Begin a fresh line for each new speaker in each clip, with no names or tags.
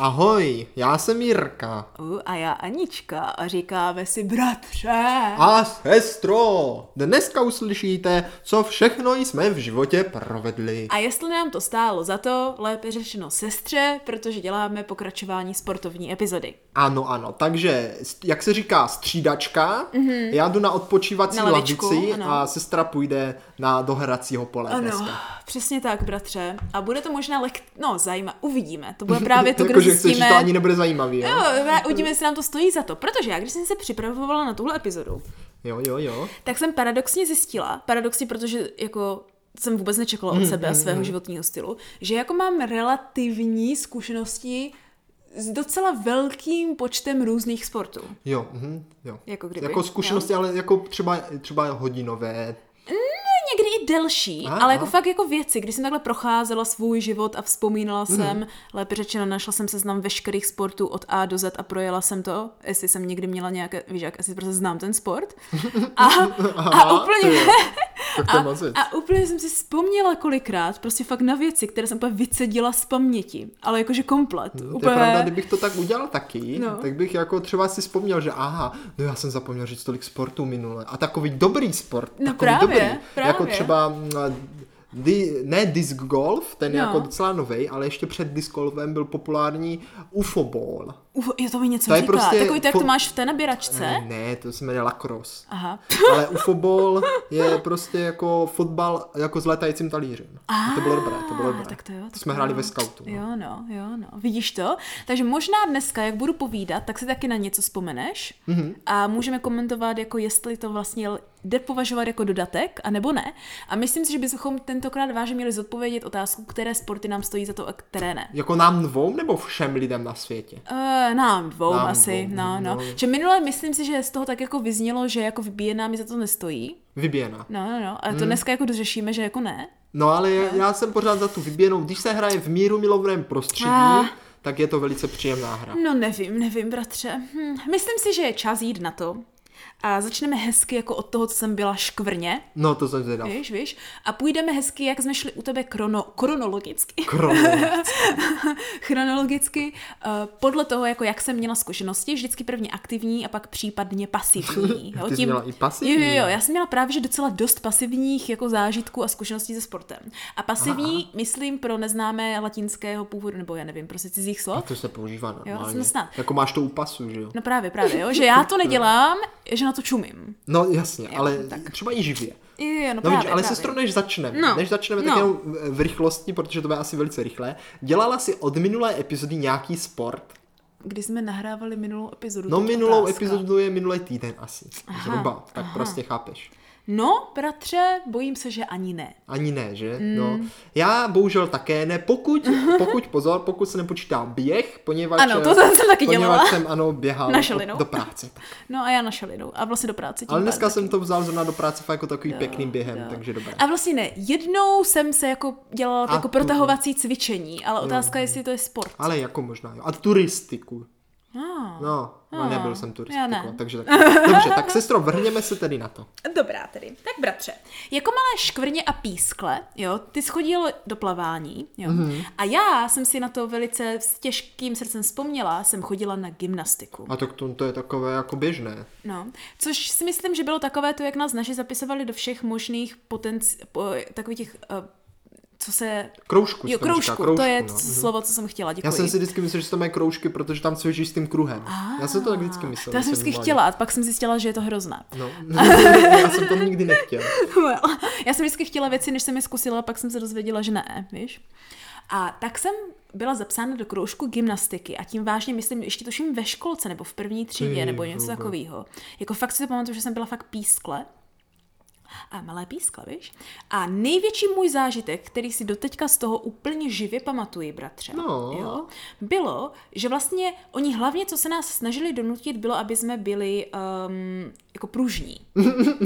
Ahoj, já jsem Jirka.
U, A já Anička a říkáme si bratře.
A sestro, dneska uslyšíte, co všechno jsme v životě provedli.
A jestli nám to stálo za to, lépe řečeno sestře, protože děláme pokračování sportovní epizody.
Ano, ano, takže, st- jak se říká, střídačka, mm-hmm. já jdu na odpočívací
Mhm. Na lavičku,
lavici
ano.
a sestra půjde na dohracího pole
Ano,
dneska.
přesně tak, bratře. A bude to možná lek... No, zajímá, uvidíme. To bude právě to, kde
Jakože chceš, Jako, že
zjistíme...
to ani nebude zajímavý, jo?
Jo, uvidíme, jestli nám to stojí za to. Protože já, když jsem se připravovala na tuhle epizodu,
Jo, jo, jo.
tak jsem paradoxně zjistila, paradoxně, protože jako jsem vůbec nečekala
Hmm,
od sebe a svého životního stylu, že jako mám relativní zkušenosti s docela velkým počtem různých sportů.
Jo, mhm, jo.
Jako kdyby,
jako zkušenosti, ale jako třeba, třeba hodinové.
No, Někdy i delší,
Aha.
ale jako fakt jako věci, když jsem takhle procházela svůj život a vzpomínala
Hmm.
jsem, lépe řečeno našla jsem seznam veškerých sportů od A do Z a projela jsem to, jestli jsem někdy měla nějaké, víš jak, jestli prostě znám ten sport. A, a
Aha,
úplně,
ty jo. Tak to je moc věc.
A úplně jsem si vzpomněla kolikrát, prostě fakt na věci, které jsem úplně vycedila z paměti, ale jakože komplet.
No, To je
úplně...
pravda, kdybych to tak udělal taky, no.
No.
tak bych jako třeba si vzpomněl, že aha, no já jsem zapomněl říct tolik sportů minule. A takový dobrý sport,
No
takový
právě,
dobrý.
právě.
Jako třeba mm, Di, ne disc golf, ten je
No.
jako docela nový, ale ještě před disc golfem byl populární UFO ball.
Uf, je to mi něco
To je
říká.
prostě
Takový to, jak
fo- Hm.
to máš v té nabíračce.
Ne, ne, to se jmenuje lacrosse.
Aha.
Ale UFO ball je prostě jako fotbal jako s letajícím talířem. A to bylo dobré, to bylo dobré.
Ah, Tak to jo, tak
jsme
to
hráli
jo.
ve scoutu. no.
Jo, no, jo, no. Vidíš to? Takže možná dneska, jak budu povídat, tak si taky na něco vzpomeneš
Mhm.
mm-hmm. a můžeme komentovat, jako jestli to vlastně l- jde považovat jako dodatek, a nebo ne. A myslím si, že bychom tentokrát vážně měli zodpovědět otázku, které sporty nám stojí za to a které ne.
Jako nám dvou nebo všem lidem na světě?
Uh, nám dvou
Nám
nám asi,
dvou,
dvou, no, no.
no.
Že minule myslím si, že z toho tak jako vyznělo, že jako vybíje nám, že za to nestojí.
Vyběna.
No, no, no.
Mm.
Ale to dneska jako dořešíme, že jako ne.
No ale já, já jsem pořád za tu vyběnou. Když se hraje v míru milovném prostředí,
Ah.
tak je to velice příjemná hra.
No nevím, nevím, bratře. Hm. Myslím si, že je čas jít na to. A začneme hezky jako od toho, co jsem byla škvrně,
No to jsem zvědav.
víš, víš? A půjdeme hezky, jak jsme šli u tebe krono, kronologicky.
Kromě.
chronologicky eh, podle toho, jako jak jsem měla zkušenosti, vždycky prvně aktivní a pak případně pasivní.
Ty jsi měla i pasivní,
Jo, jo,
jo.
jo, já jsem měla právě že docela dost pasivních jako zážitků a zkušeností se sportem. A pasivní, Aha. myslím, pro neznámé latinského původu, nebo já nevím, prostě cizích slov.
To se používá normálně.
jsme snad.
jako máš to u pasu, že jo?
No právě, právě, jo, že já to nedělám, že na to čumím.
No jasně, ale
tak.
třeba i živě.
Jo, jo, no
No
právě,
vidíš, ale
právě.
sestro, než začneme,
No,
než začneme, tak
no.
jenom v- v rychlosti, protože to bude asi velice rychlé, dělala si od minulé epizody nějaký sport?
Když jsme nahrávali minulou epizodu.
No
to je
minulou
otázka.
epizodu je minulý týden asi,
Aha,
zhruba, tak
aha.
prostě chápeš.
No, bratře, bojím se, že ani ne.
Ani ne, že? No.
Mm.
Já bohužel také ne, pokud, pokud pozor, pokud se nepočítá běh, poněvadž...
Ano, to
eh,
jsem taky
poněvadž
dělala.
jsem, ano, běhal
Na
do,
šalinu.
do práce. Tak.
No a já na šalinu a vlastně do práce. tím
Ale dneska
pádem
jsem
taky.
to vzal zrovna do práce fakt jako takový pěkným během, takže dobré.
A vlastně ne, jednou jsem se jako dělala
A
a jako
tu-
protahovací cvičení, ale otázka je, jestli to je sport.
Ale jako možná, jo. A turistiku.
Ah.
No, no
Ah,
nebyl jsem
já
turistiku,
ne.
takže tak. Dobře, tak sestro, vrhněme se tedy na to.
Dobrá tedy. Tak bratře, jako malé škvrně a pískle, jo, ty schodil do plavání, jo,
Mhm.
mm-hmm. a já jsem si na to velice s těžkým srdcem vzpomněla, jsem chodila na gymnastiku.
A tak to, to je takové jako běžné.
No, což si myslím, že bylo takové to, jak nás naši zapisovali do všech možných potenci... po- takových těch, eh, co se...
Kroužku, se
Jo,
tomu říká,
kroužku, kroužku, to je
no.
no. slovo, co jsem chtěla, děkuji.
Já jsem si vždycky myslel, že to mají kroužky, protože tam cvičíš s tím kruhem. Já jsem to tak vždycky myslel.
Ah, To já
když
jsem vždycky
byl
chtěla, a pak jsem zjistila, že je to hrozné.
No, já jsem to nikdy nechtěl.
Well, já jsem vždycky chtěla věci, než jsem je zkusila, pak jsem se dozvěděla, že ne, víš. A tak jsem byla zapsána do kroužku gymnastiky a tím vážně myslím, ještě tuším ve školce nebo v první třídě
Ty
nebo něco
vůbec.
takového. Jako fakt si to pamatuju, že jsem byla fakt pískle. A malé pískle, víš? A největší můj zážitek, který si doteďka z toho úplně živě pamatuji, bratře,
No.
jo, bylo, že vlastně oni hlavně, co se nás snažili donutit, bylo, aby jsme byli um, jako pružní,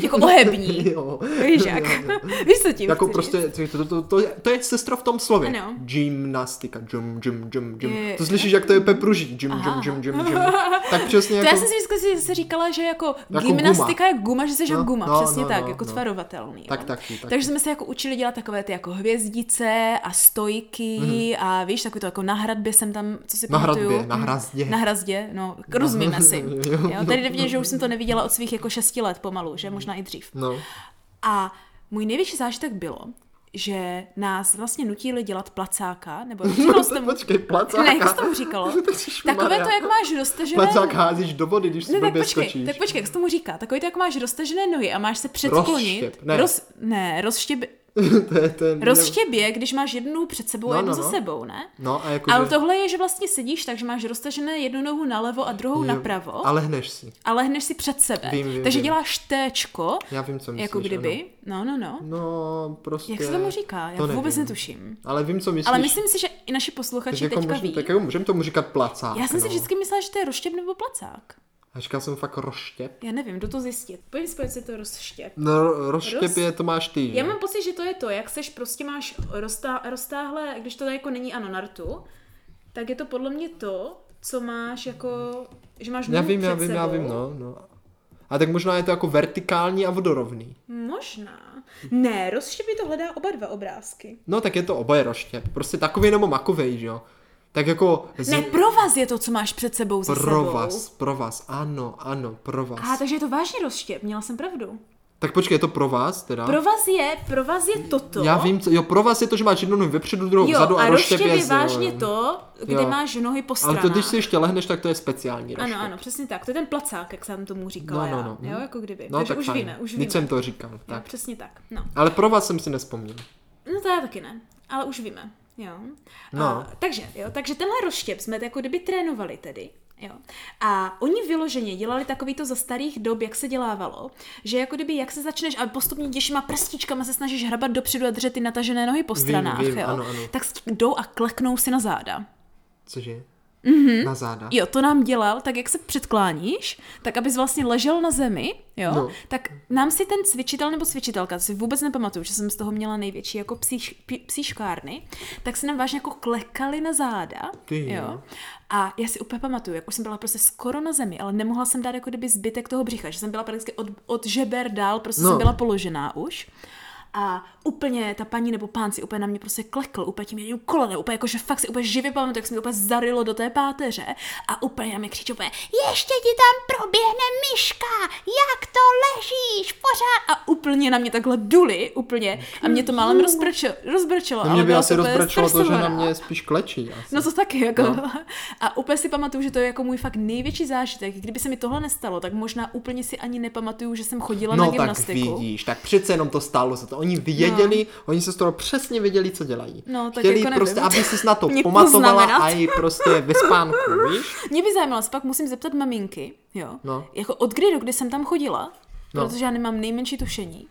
jako ohební.
Jo.
Víš jak? Víš, co tím
Jako
chci říct?
prostě, to, to, to, to, je- to je sestro v tom slově.
Ano.
Gymnastika, gym, gym, gym, gym.
Je-
To slyšíš, jak to je pepruží. Gym, gym,
Aha.
gym, gym, gym. Tak přesně
To
jako...
já jsem si vždycky si- si říkala, že jako,
Jako
gymnastika je guma, že jsi
No,
no, guma,
no,
přesně
no,
tak,
no,
jako
no.
transferovatelný.
Tak,
jo.
taky, taky.
Takže jsme se jako učili dělat takové ty jako hvězdice a stojky mm-hmm. a víš, takové to jako na hradbě jsem tam, co si
Mhm. Na
pamatuju.
hradbě, na
Mhm.
hrazdě.
Na hrazdě, no, k- rozumíme si.
Jo.
Jo, tady jde vidět, že už jsem to neviděla od svých jako šesti let pomalu, že možná i dřív.
No.
A můj největší zážitek bylo, že nás vlastně nutili dělat placáka, nebo říkalo se tomu...
Počkej, placáka.
No. Ne, jak se tomu říkalo? Takové to, jak máš roztažené...
Placák házíš do vody, když si
Ne, tak
blbě
počkej,
skočíš.
tak počkej, jak se tomu říká? Takový to, jak máš roztažené nohy a máš se předklonit.
Rozštěp, ne.
Roz, ne, rozštěbě,
to je ten...
rozštěbě, když máš jednu nohu před sebou
No,
a jednu
no,
za
no.
sebou, ne?
No a jako,
Ale tohle je, že vlastně sedíš tak, že máš roztažené jednu nohu nalevo a druhou napravo
Ale hneš si.
a lehneš si před sebe.
Vím, vím,
Takže
vím.
děláš téčko,
Já vím, co myslíš.
jako
Ano.
kdyby. No, no, no.
No, prostě...
Jak se tomu říká? Já
to
vůbec
nevím.
netuším.
Ale vím, co myslíš.
Ale myslím si, že i naši
tak
posluchači
jako
teďka
můžeme,
ví.
tak jako můžeme tomu říkat placák.
Já jsem si
no.
vždycky myslela, že to je rozštěp nebo placák.
A říkal jsem fakt rozštěp.
Já nevím, jdu to zjistit. Pojď spojit si to rozštěp.
No, ro- rozštěp
Roz-
je, to máš ty. že?
Já mám pocit, že to je to, jak seš prostě máš roztá, roztáhlé, když to tady jako není ano nartu, tak je to podle mě to, co máš jako, že máš
já
nohu
vím,
před
já vím,
sebou.
já vím, no, no. A tak možná je to jako vertikální a vodorovný.
Možná. Ne, rozštěp mi to hledá oba dva obrázky.
No, tak je to oboje rozštěp. Prostě takový nebo makovej, že jo. Tak jako... Z...
Ne, provaz je to, co máš před sebou za
pro
sebou.
vás, pro vás, ano, ano, pro vás.
A takže je to vážně rozštěp, měla jsem pravdu.
Tak počkej, je to pro vás teda?
Provaz je, provaz je toto.
Já vím, co, jo, pro vás je to, že máš jednu nohu vepředu, druhou
jo,
vzadu a,
a rozštěp je
z-
vážně
jo.
to, kde
Jo.
máš nohy po
Ale
stranách.
to, když si ještě lehneš, tak to je speciální rozštěp.
Ano, ano, přesně tak. To je ten placák, jak jsem tomu říkala
No, no, no.
já. Jo,
Mhm.
jako kdyby.
No,
Takže
tak
už
fajn.
víme, už
Nic
víme.
jsem to říkal.
Jo,
Tak.
přesně tak. No.
Ale pro vás jsem si nespomněl.
no to já taky ne, ale už víme. Jo.
No.
A, takže, jo, takže tenhle rozštěp jsme jako kdyby trénovali tedy. Jo. A oni vyloženě dělali takový to za starých dob, jak se dělávalo, že jako kdyby, jak se začneš a postupně těžšíma prstíčkama se snažíš hrabat dopředu a držet ty natažené nohy po stranách,
vím,
jo,
ano, ano.
tak jdou a kleknou si na záda.
Cože? Mm-hmm. Na záda.
Mhm. Jo, to nám dělal, tak jak se předkláníš, tak abys vlastně ležel na zemi, jo,
No.
no. tak nám si ten cvičitel nebo cvičitelka, to si vůbec nepamatuju, že jsem z toho měla největší jako psíš, pí, psíškárny, tak se nám vážně jako klekali na záda,
Ty jo.
jo. A já si úplně pamatuju, jak už jsem byla prostě skoro na zemi, ale nemohla jsem dát jako kdyby zbytek toho břicha, že jsem byla prakticky od, od žeber dál, prostě
No.
no. jsem byla položená už. A úplně ta paní nebo pán si úplně na mě prostě klekl, úplně tím jedním kolenem, úplně jako, že fakt si úplně živě pamatuju, jak se mi úplně zarilo do té páteře a úplně na mě křičí úplně, ještě ti tam proběhne myška, jak to ležíš, pořád. A úplně na mě takhle duli, úplně. A mě to málem rozbrčilo, rozbrčilo
Mm. Na
ale
mě by
byla
asi
jsem úplně
rozbračilo to, že na
stresovaná.
mě spíš klečí. Asi.
No to taky, jako. No. A úplně si pamatuju, že to je jako můj fakt největší zážitek. Kdyby se mi tohle nestalo, tak možná úplně si ani nepamatuju, že jsem chodila na
no tak
gymnastiku.
vidíš, tak přece jenom to stálo za to. Oni věděli, oni se z toho přesně věděli, co dělají.
No, tak
Chtěli
jako nevím.
prostě, aby jsi na to
Mě
pamatovala
poznamenat.
a i prostě ve spánku, víš?
Mě by zajímalo, se pak musím zeptat maminky, jo.
No.
Jako od kdy do kdy jsem tam chodila,
No.
protože já nemám nejmenší tušení.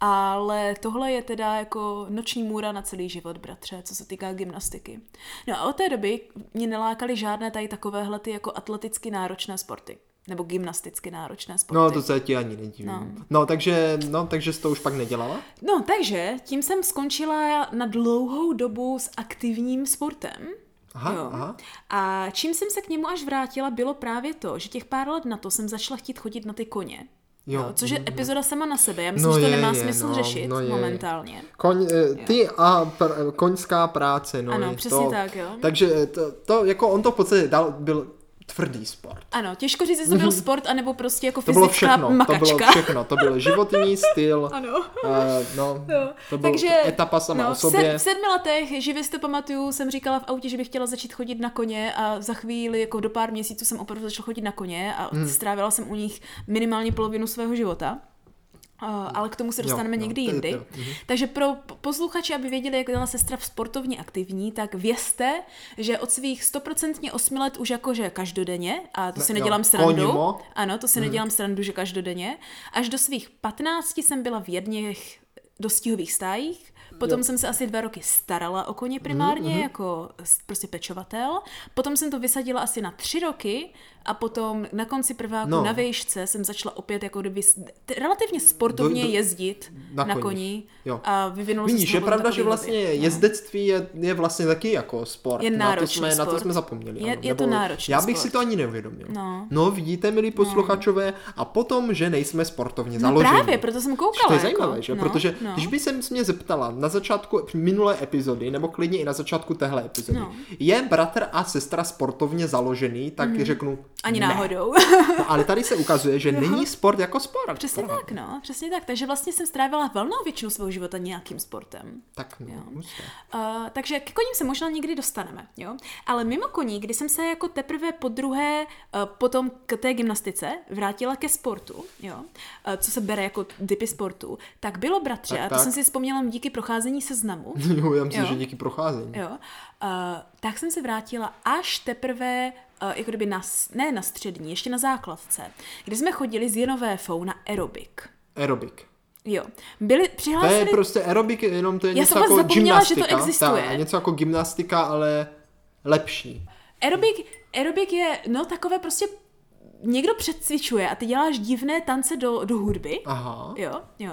Ale tohle je teda jako noční můra na celý život, bratře, co se týká gymnastiky. No a od té doby mě nelákaly žádné tady takovéhle ty jako atleticky náročné sporty. Nebo gymnasticky náročné sporty.
No, to se ti ani nedivím. No. no, takže, no, takže jsi to už pak nedělala?
No, takže tím jsem skončila na dlouhou dobu s aktivním sportem.
Aha,
Jo.
aha.
A čím jsem se k němu až vrátila, bylo právě to, že těch pár let na to jsem začala chtít chodit na ty koně.
Jo. Mhm.
což je epizoda sama na sebe. Já myslím,
No
že to
je,
nemá
je,
smysl
no,
řešit
no je, je.
momentálně.
Koň, eh, ty a pr, koňská práce, no.
Ano,
je
přesně
to,
tak, jo.
Takže eh, to, to, jako on to v podstatě dal, byl tvrdý sport.
Ano, těžko říct, jestli to byl sport, anebo prostě jako
To bylo
fyzická
všechno, to
makačka.
bylo všechno, to byl životní styl,
Ano.
eh, no,
Jo.
to byla etapa sama
no,
o
v
sobě.
se- V sedmi letech, živě si to pamatuju, jsem říkala v autě, že bych chtěla začít chodit na koně a za chvíli, jako do pár měsíců jsem opravdu začala chodit na koně a
Hmm.
strávila jsem u nich minimálně polovinu svého života. Uh, ale k tomu se
Jo,
dostaneme
jo,
někdy
to je
jindy.
to, mhm.
Takže pro p- posluchače, aby věděli, jak byla sestra v sportovně aktivní, tak vězte, že od svých 100% 8 let už jakože každodenně, a to
Ne,
si
jo,
nedělám srandu,
konimo. Hmm.
ano, to si nedělám srandu, že každodenně. Až do svých 15 jsem byla v jedněch dostihových stájích. Potom jsem se asi dva roky starala o
Mhm,
koně primárně, jako s- prostě pečovatel. Potom jsem to vysadila asi na tři roky a potom na konci prváku
No.
na vejšce jsem začala opět jako kdyby s- t- relativně sportovně
Do- do-
jezdit
na
na,
koních.
koni
Jo.
a vyvinulo se
Vidíš,
s
je
mnou
pravda,
takový
že vlastně
hobby. No.
jezdectví je, je vlastně taky jako sport.
Je
na, to
náročný
jsme, na to
sport.
jsme zapomněli.
Je-
ano.
je to
Nebo
náročný
Já bych si
sport.
to ani neuvědomil.
No.
no vidíte, milí posluchačové, a potom, že nejsme sportovně
No
založeni.
právě, proto jsem koukala.
To je
jako,
zajímavé, že?
No,
Protože
no.
když by se mě zeptala na začátku minulé epizody, nebo klidně i na začátku téhle epizody,
No.
je bratr a sestra sportovně založený, tak řeknu
Mhm. Ani
ne.
náhodou.
No, ale tady se ukazuje, že není sport jako sport.
Přesně
Aha.
tak, no, přesně tak. Takže vlastně jsem strávila velnou většinu svého života nějakým sportem.
Tak no, hustě.
Uh, takže ke koním se možná někdy dostaneme, jo. Ale mimo koní, kdy jsem se jako teprve po druhé uh, potom k té gymnastice vrátila ke sportu, jo, uh, co se bere jako typy sportu, tak bylo bratře,
Tak,
a to
tak.
jsem si vzpomněla díky procházení seznamu,
Jo, já myslím,
Jo.
že díky procházení.
jo, uh, tak jsem se vrátila až teprve uh, jako kdyby na, s- ne na střední, ještě na základce, kdy jsme chodili z Jenovéfou na aerobik.
Aerobik.
Jo. Byli
To
přihlásili...
je prostě aerobik, jenom to je
Já
něco
jsem vůbec
jako
zapomněla, že to
gymnastika.
existuje.
Tak, něco jako gymnastika, ale lepší.
Aerobik, aerobik je, no takové prostě, někdo předcvičuje a ty děláš divné tance do, do hudby.
Aha.
Jo, jo.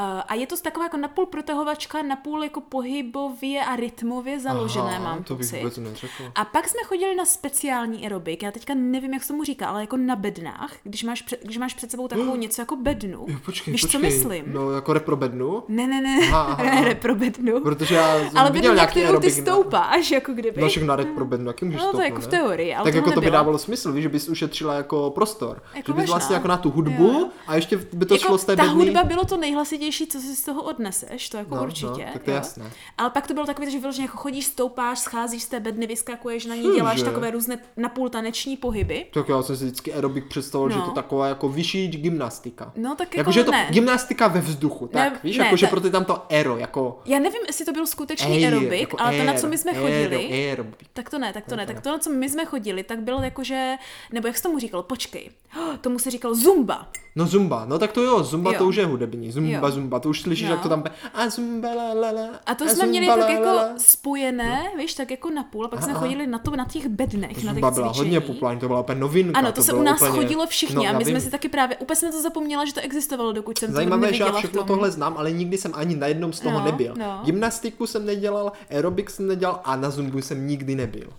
Uh, a je to taková jako napůl protahovačka, napůl jako pohybově a rytmově založené,
Aha,
mám
to bych
pocit.
vůbec neřekl.
A pak jsme chodili na speciální aerobik, já teďka nevím, jak se tomu říká, ale jako na bednách, když máš, před, když máš před sebou takovou něco jako bednu.
Jo, počkej,
Víš,
počkej.
co myslím?
No, jako reprobednu?
Ne, ne, ne,
Aha, aha, aha.
ne, ne, pro bednu.
Protože já
Ale
jsem viděl
bednu, na
nějaký
kterou ty
aerobik. No,
stoupáš, jako kdyby.
Na, na všechno na reprobednu, jaký můžeš
No, to
stoupnout,
jako v
ne?
teorii, ale
Tak
tohle
jako to by
nebylo.
dávalo smysl, víš, že bys ušetřila jako prostor. že
Jako
bys
možná.
vlastně jako na tu hudbu
Jo.
a ještě by to
jako
šlo z té
ta
bedny.
hudba bylo to nejhlasitější, co si z toho odneseš, to jako
No, no,
určitě.
tak to je
jo.
jasné.
Ale pak to bylo takové, že vyloženě jako chodíš, stoupáš, scházíš z té bedny, vyskakuješ na ní,
Cože?
děláš takové různé napůl taneční pohyby.
Tak já jsem si vždycky aerobik představoval, že
No.
to taková jako vyšší gymnastika.
No, tak
Jako,
jako
že je to
ne.
gymnastika ve vzduchu, tak
Ne,
víš,
ne,
jako, že
tak-
proto je tam to aero, jako
Já nevím, jestli to byl skutečný aerobik,
jako
ale to, na
aero,
co my jsme
aero,
chodili,
aerobik.
tak to ne, tak to ne. Tak to, na co my jsme chodili, tak bylo jako, že, nebo jak se tomu říkal, počkej, Oh, tomu se říkal zumba.
No zumba, no tak to jo, zumba
Jo.
to už je hudební, zumba,
Jo.
zumba, to už slyšíš,
No.
jak to tam pe- a zumba la la la.
A to
a
jsme měli
zumba,
tak
la, la, la. No.
jako spojené, víš, tak jako napůl, a pak jsme
Aha.
chodili na to, na těch bednech, na těch
Zumba byla hodně
cvičeních.
populární, to byla úplně novinka.
Ano, to, se u
bylo
nás
úplně...
chodilo všichni
no,
a
já
my
vím.
jsme si taky právě, úplně jsem to zapomněla, že to existovalo, dokud jsem to
Zajímavé, že
neviděla
já všechno
v tom.
tohle znám, ale nikdy jsem ani na jednom z toho
No,
nebyl.
no.
Gymnastiku jsem nedělal, aerobik jsem nedělal a na zumbu jsem nikdy nebyl.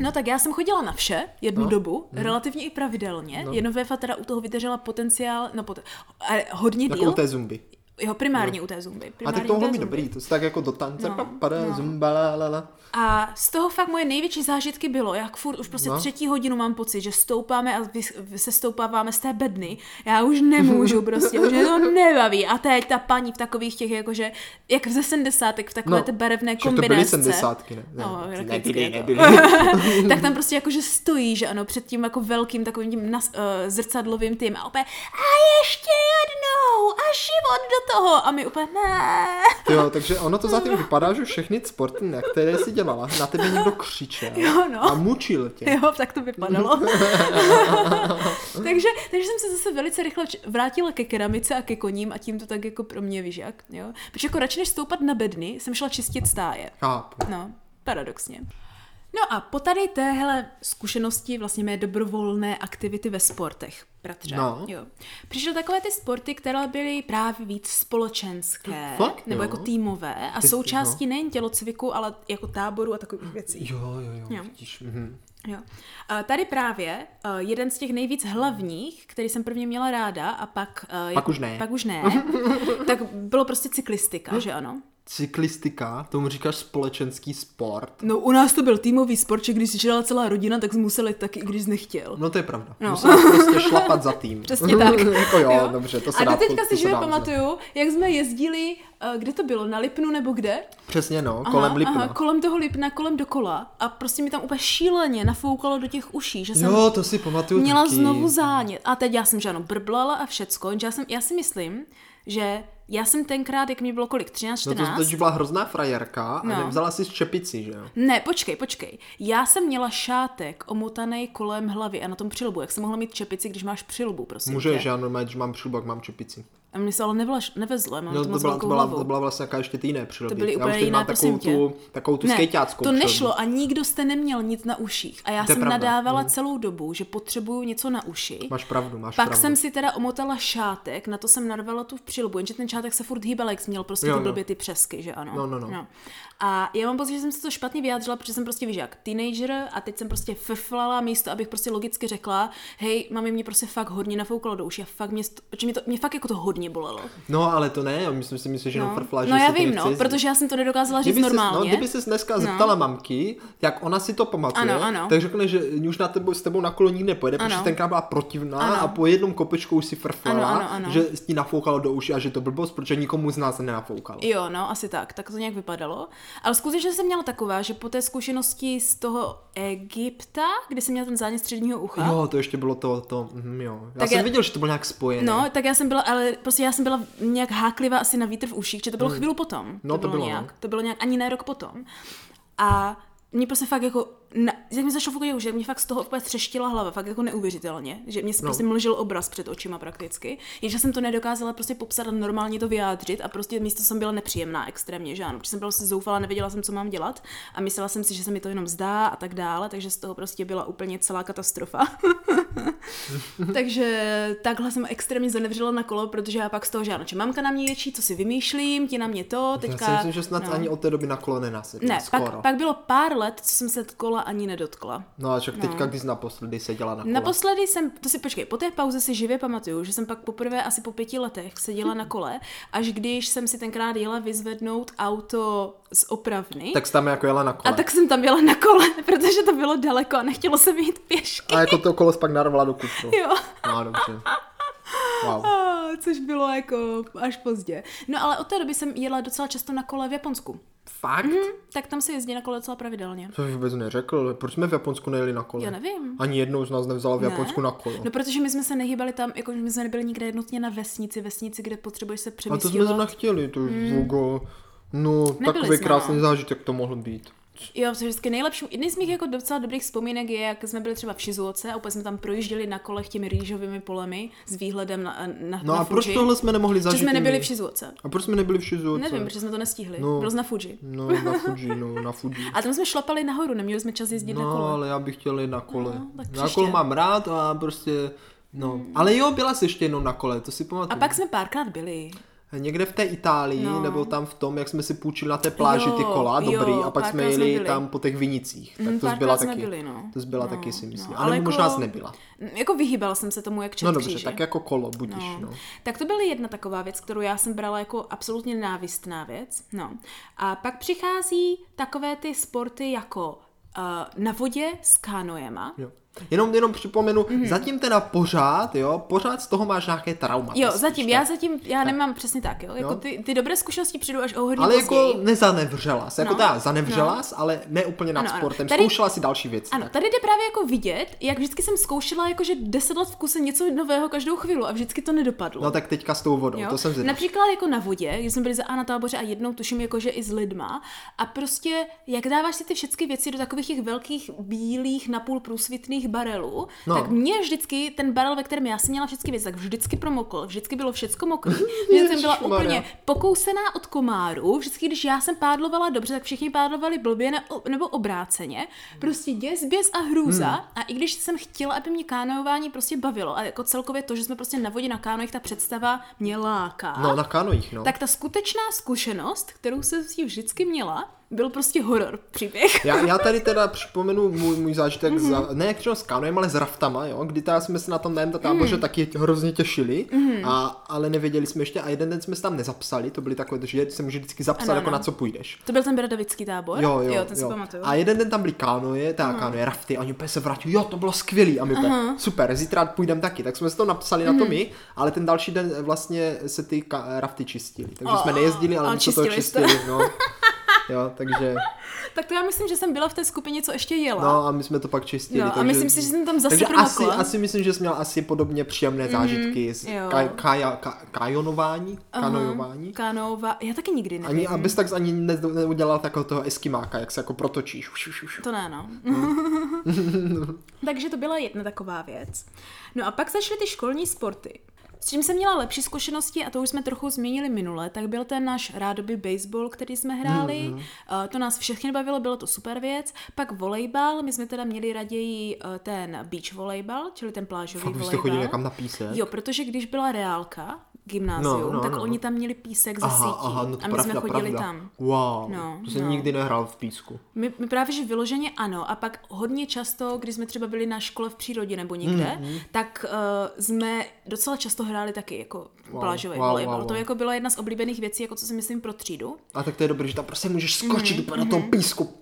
No tak já jsem chodila na vše jednu
No.
dobu,
Mhm.
relativně i pravidelně. No. Jenovéfa teda u toho vydařila potenciál, no pot... a hodně
Jako
díl.
u té zumby.
Jo, primárně u té zumby.
A
Primárně
tak
u té
tohle mi
zumby.
dobrý, to se tak jako do tance,
No,
no, papara,
no.
no. zumba, la, la, la.
A z toho fakt moje největší zážitky bylo, jak furt už prostě
No.
no. třetí hodinu mám pocit, že stoupáme a vys- se stoupáváme z té bedny. Já už nemůžu prostě, už mě to nebaví. A teď ta paní v takových těch, jakože, jak ze 70, v takové
No,
no, té barevné
Však to byly
kombinace.
sedmdesátky, ne? Ne,
No,
ne,
jako
ne,
vždycky
ne,
je to.
ne, ne, ne.
tak tam prostě jakože stojí, že ano, před tím jako velkým takovým tím nas, uh, zrcadlovým tím a opět a ještě jednou a život do toho a my úplně ne.
Jo, takže ono to zatím vypadá, že všechny sporty, na které jsi dělala, na tebe někdo křičel
Jo, no.
a mučil tě.
Jo, tak to vypadalo. takže, takže jsem se zase velice rychle č- vrátila ke keramice a ke koním a tím to tak jako pro mě vyžak, jo. Protože jako radši než stoupat na bedny, jsem šla čistit stáje.
Chápu.
No, paradoxně. No a po tady téhle zkušenosti vlastně mé dobrovolné aktivity ve sportech, bratře.
No.
Jo. Přišly takové ty sporty, které byly právě víc společenské,
Fakt,
nebo
jo.
jako týmové a
Ty- no.
součástí nejen tělocviku, ale jako táboru a takových věcí.
Jo, jo, jo,
Jo.
vidíš. Mhm.
Jo. A tady právě uh, jeden z těch nejvíc hlavních, který jsem prvně měla ráda a pak... Uh,
Pak už ne.
Pak už ne. tak bylo prostě cyklistika, že ano?
Cyklistika, tomu říkáš společenský sport.
No u nás to byl týmový sport, že když žila celá rodina, tak jsme museli taky, i když nechtěl.
No to je pravda.
No.
Musíš prostě šlapat za tým.
Přesně tak.
jako jo, dobře, to se
A
dá.
do teďka
to
si
se
živě
dá uznat.
pamatuju, jak jsme jezdili, eh, kde to bylo, na Lipnu nebo kde?
Přesně no, kolem Lipna.
Aha, jako kolem toho Lipna, kolem dokola. A prostě mi tam úplně šíleně nafoukalo do těch uší, že jsem
Jo, to si pamatuju
měla
taky.
znovu zánět. A teď já jsem, že ano, brblala a všecko. Že já, jsem, já si myslím, že já jsem tenkrát, jak mi bylo kolik, 13,
No
14?
to, to byla hrozná frajerka a
No.
nevzala si čepici, že jo?
Ne, počkej, počkej. Já jsem měla šátek omotaný kolem hlavy a na tom přilbu. Jak jsem mohla mít čepici, když máš přilbu, prosím
Může,
tě?
že ano, když mám přilbu, jak mám čepici.
A mě se ale nevlaž, nevezlo, já mám
No,
no,
to,
moc
byla,
velkou
to, byla,
hlavu.
to byla vlastně jaká ještě ty jiné přírody.
byly
já
úplně
už teď
jiná,
mám takovou
prosím tě.
tu, takovou tu skejťáckou
to
přírodu.
nešlo a nikdo jste neměl nic na uších. A já
To je
jsem
pravda. No.
nadávala celou dobu, že potřebuju něco na uši.
Máš pravdu, máš
Pak
pravdu.
jsem si teda omotala šátek, na to jsem narvala tu přilbu, jenže ten šátek se furt hýbal, jak jsi měl prostě
Jo,
jo, ty
jo.
blbě ty přesky, že ano.
No, no, no.
A já mám pocit, že jsem se to špatně vyjádřila, protože jsem prostě, víš jak, teenager a teď jsem prostě frflala místo, abych prostě logicky řekla, hej, mami mě prostě fakt hodně nafoukalo do uši a fakt mě, st- protože mě, to, mě fakt jako to hodně bolelo.
No, ale to ne, myslím si, myslím, že jenom frfla, že
no
si
já
to
vím,
nechce
no,
jezdit.
protože já jsem to nedokázala říct
Kdyby ses-
normálně.
No, kdyby se dneska no. zeptala mamky, jak ona si to pamatuje,
Ano, ano.
tak řekne, že už na tebou, s tebou na kolo nikdy nepojede, ano.
Ano.
protože tenkrát byla protivná
Ano.
a po jednom kopečku už si frflala,
Ano, ano, ano.
že s ní nafoukalo do uši a že to blbost, protože nikomu z nás nenafoukalo.
Jo, no, asi tak, tak to nějak vypadalo. Ale skutečně jsem měla taková, že po té zkušenosti z toho Egypta, kde jsem měla ten zánět středního ucha,
Jo, to ještě bylo to, to, mhm, jo. Já
Tak
jsem
já-
viděl, že to bylo nějak spojené.
No, tak já jsem byla, ale prostě já jsem byla nějak háklivá asi na vítr v uších, že to bylo hmm. chvíli potom.
No, to bylo, no.
nějak, to bylo nějak ani ne rok potom. A mě prostě fakt jako, na, jak mi zašlo fakt, jako, že mě fakt z toho úplně třeštila hlava, fakt jako neuvěřitelně, že mě se
No.
prostě mlžil obraz před očima prakticky, jenže jsem to nedokázala prostě popsat a normálně to vyjádřit a prostě místo jsem byla nepříjemná extrémně, že ano, protože jsem byla se zoufala, nevěděla jsem, co mám dělat a myslela jsem si, že se mi to jenom zdá a tak dále, takže z toho prostě byla úplně celá katastrofa. Takže takhle jsem extrémně zanevřela na kolo, protože já pak z toho žádno, že mamka na mě ječí, co si vymýšlím, ti na mě to, teďka... no.
Já si myslím, že snad ani od té doby na kolo nenasedl,
Ne,
skoro.
pak, pak, bylo pár let, co jsem se kola ani nedotkla.
No a však teďka, když jsi naposledy seděla na kole.
Naposledy jsem, to si počkej, po té pauze si živě pamatuju, že jsem pak poprvé asi po pěti letech seděla
Hmm.
na kole, až když jsem si tenkrát jela vyzvednout auto z opravny.
Tak jsi tam jako jela na kole.
a tak jsem tam jela na kole, protože to bylo daleko a nechtělo se mi jít pěšky.
a jako to kolo jsi pak narvala do kufru.
Jo.
No, dobře. Wow.
A, což bylo jako až pozdě. No ale od té doby jsem jela docela často na kole v Japonsku.
Fakt?
Tak tam se jezdí na kole docela pravidelně.
To bych vůbec neřekl. Proč jsme v Japonsku nejeli na kole?
Já nevím.
Ani jednou z nás nevzala v
Ne?
Japonsku na kolo.
No protože my jsme se nehýbali tam, jako my jsme nebyli nikde jednotně na vesnici, vesnici, kde potřebuješ se
a to jsme zrovna
přemysťovat.
chtěli, to mm. Vogo. No, takový
Hmm. jsme,
krásný
no.
zážitek to mohl být.
Jo, protože vždycky nejlepším, jedný z mých jako docela dobrých vzpomínek je, jak jsme byli třeba v Shizuoce a úplně jsme tam projížděli na kolech těmi rýžovými polemi s výhledem na, na
No
na
a proč
Fuji,
tohle jsme nemohli
Že
zažít?
jsme
i my?
nebyli v Shizuoce.
A proč jsme nebyli v Shizuoce?
Nevím, protože jsme to nestihli.
No.
No. Bylo na Fuji.
No, na Fuji, no, na Fuji.
A tam jsme šlapali nahoru, neměli jsme čas jezdit na
No,
kole.
ale já bych chtěl jít na kole.
No, tak
na
příště. Hmm.
kole mám rád a prostě... No, ale jo, byla jsi ještě jednou na kole, to si pamatuju.
A pak jsme párkrát byli.
Někde v té Itálii, no.
No.
nebo tam v tom, jak jsme si půjčili na té pláži ty
Jo,
kola,
jo,
dobrý, a pak jsme
párkrát
jeli
jsme byli.
tam po těch vinicích. Tak
Mhm,
to
párkrát
zbyla
jsme
taky.
byli, no.
To zbyla
No,
taky, si myslím.
no,
ale
ale
nebo
jako-
možná jsi nebyla.
Jako vyhýbala jsem se tomu, jak čet
No dobře,
kříži.
tak jako kolo, budíš. No.
No. Tak to byla jedna taková věc, kterou já jsem brala jako absolutně nenávistná věc. No. A pak přichází takové ty sporty jako uh, na vodě s kánoema.
Jo. Jenom, jenom připomenu,
Mhm.
mm-hmm. zatím teda pořád, jo, pořád z toho máš nějaké trauma. prostě.
Jo,
ty
zatím,
spíš,
já
tak.
zatím, já nemám přesně tak, jo. Jako
Jo.
ty, ty dobré zkušenosti přijdu až o hodně
Ale
později.
jako nezanevřela jsi, jako
No,
teda zanevřela
no.
jsi, ale ne úplně nad
Ano, ano.
sportem,
Tady-
zkoušela si další věci.
Ano,
tak.
tady jde právě jako vidět, jak vždycky jsem zkoušela jakože deset let v kuse něco nového každou chvíli a vždycky to nedopadlo.
No tak teďka s tou vodou,
Jo?
to jsem zvědavý.
Například jako na vodě, když jsme byli za A na táboře a jednou tuším jakože i s lidma a prostě jak dáváš si ty všechny věci do takových těch velkých bílých napůl průsvitných barelů,
No.
no. tak mě vždycky ten barel, ve kterém já jsem měla všechny věci, tak vždycky promokl, vždycky bylo všecko mokré. Já jsem byla
Ježišmarja.
úplně pokousená od komáru, vždycky když já jsem pádlovala dobře, tak všichni pádlovali blbě ne- nebo obráceně. Prostě děs, běs a hrůza.
Hmm.
A i když jsem chtěla, aby mě kánování prostě bavilo, a jako celkově to, že jsme prostě na vodě na kánojích, ta představa mě láká.
No na kanojích, no.
Tak ta skutečná zkušenost, kterou jsem si vždycky měla, byl prostě horor příběh.
Já, já tady teda připomenu můj, můj zážitek, mm-hmm.
Mhm.
za, ne jak třeba s kanojem, ale s raftama, jo, kdy teda jsme se na tom najem táboře
Mhm.
mm. taky tě- hrozně těšili, mm. a, ale nevěděli jsme ještě a jeden den jsme se tam nezapsali, to byly takové, že jsem vždycky zapsal,
Ano,
jako
ano.
na co půjdeš.
To byl ten bradavický tábor?
Jo, jo,
jo ten si
jo.
pamatuju. Mhm.
A jeden den tam byly kánoje, ta mm. kánoje, rafty, a oni úplně se vrátili, jo, to bylo skvělý, a my úplně, super, zítra půjdeme taky, tak jsme se to napsali
Mhm.
na to my, ale ten další den eh, vlastně se ty ka- rafty čistily, takže jsme
Oh,
nejezdili, ale
ale
my jsme to
čistili jste.
čistili, no. Jo, takže...
Tak to já myslím, že jsem byla v té skupině, co ještě jela.
No a my jsme to pak čistili.
No, a
takže,
myslím si, že jsem tam zase
takže asi,
promokla.
asi myslím, že jsi měl asi podobně příjemné zážitky z
jo.
kaj, kaja, ka, kajonování, kanojování.
Kanova, já taky nikdy nevím.
Ani, a bez tak ani ne, neudělal takového toho eskimáka, jak se jako protočíš. Už, už, už.
To ne, no. Takže to byla jedna taková věc. No a pak začaly ty školní sporty. S čím jsem měla lepší zkušenosti, a to už jsme trochu změnili minule, tak byl ten náš rádoby baseball, který jsme hráli.
Mhm,
Mm-hmm. To nás všechny bavilo, bylo to super věc. Pak volejbal, my jsme teda měli raději eh, ten beach volejbal, čili ten plážový
Fakt, vy jste
volejbal.
chodili někam na písek?
no. Jo, protože když byla reálka, gymnázium,
No, no,
tak
no.
oni tam měli písek ze
Aha,
sítí
aha, no to
a my
pravda,
jsme chodili
pravda.
tam.
Wow,
No,
to jsem
no.
nikdy nehrál v písku.
My, my právě, že vyloženě ano. A pak hodně často, když jsme třeba byli na škole v přírodě nebo někde,
Mhm,
mm-hmm. tak uh, jsme docela často hráli taky jako wow, plážový
wow,
wow, volejbal.
wow,
To
wow.
jako byla jedna z oblíbených věcí, jako co si myslím pro třídu.
A tak to je dobré, že tam prostě můžeš skočit mm, úplně do toho písku.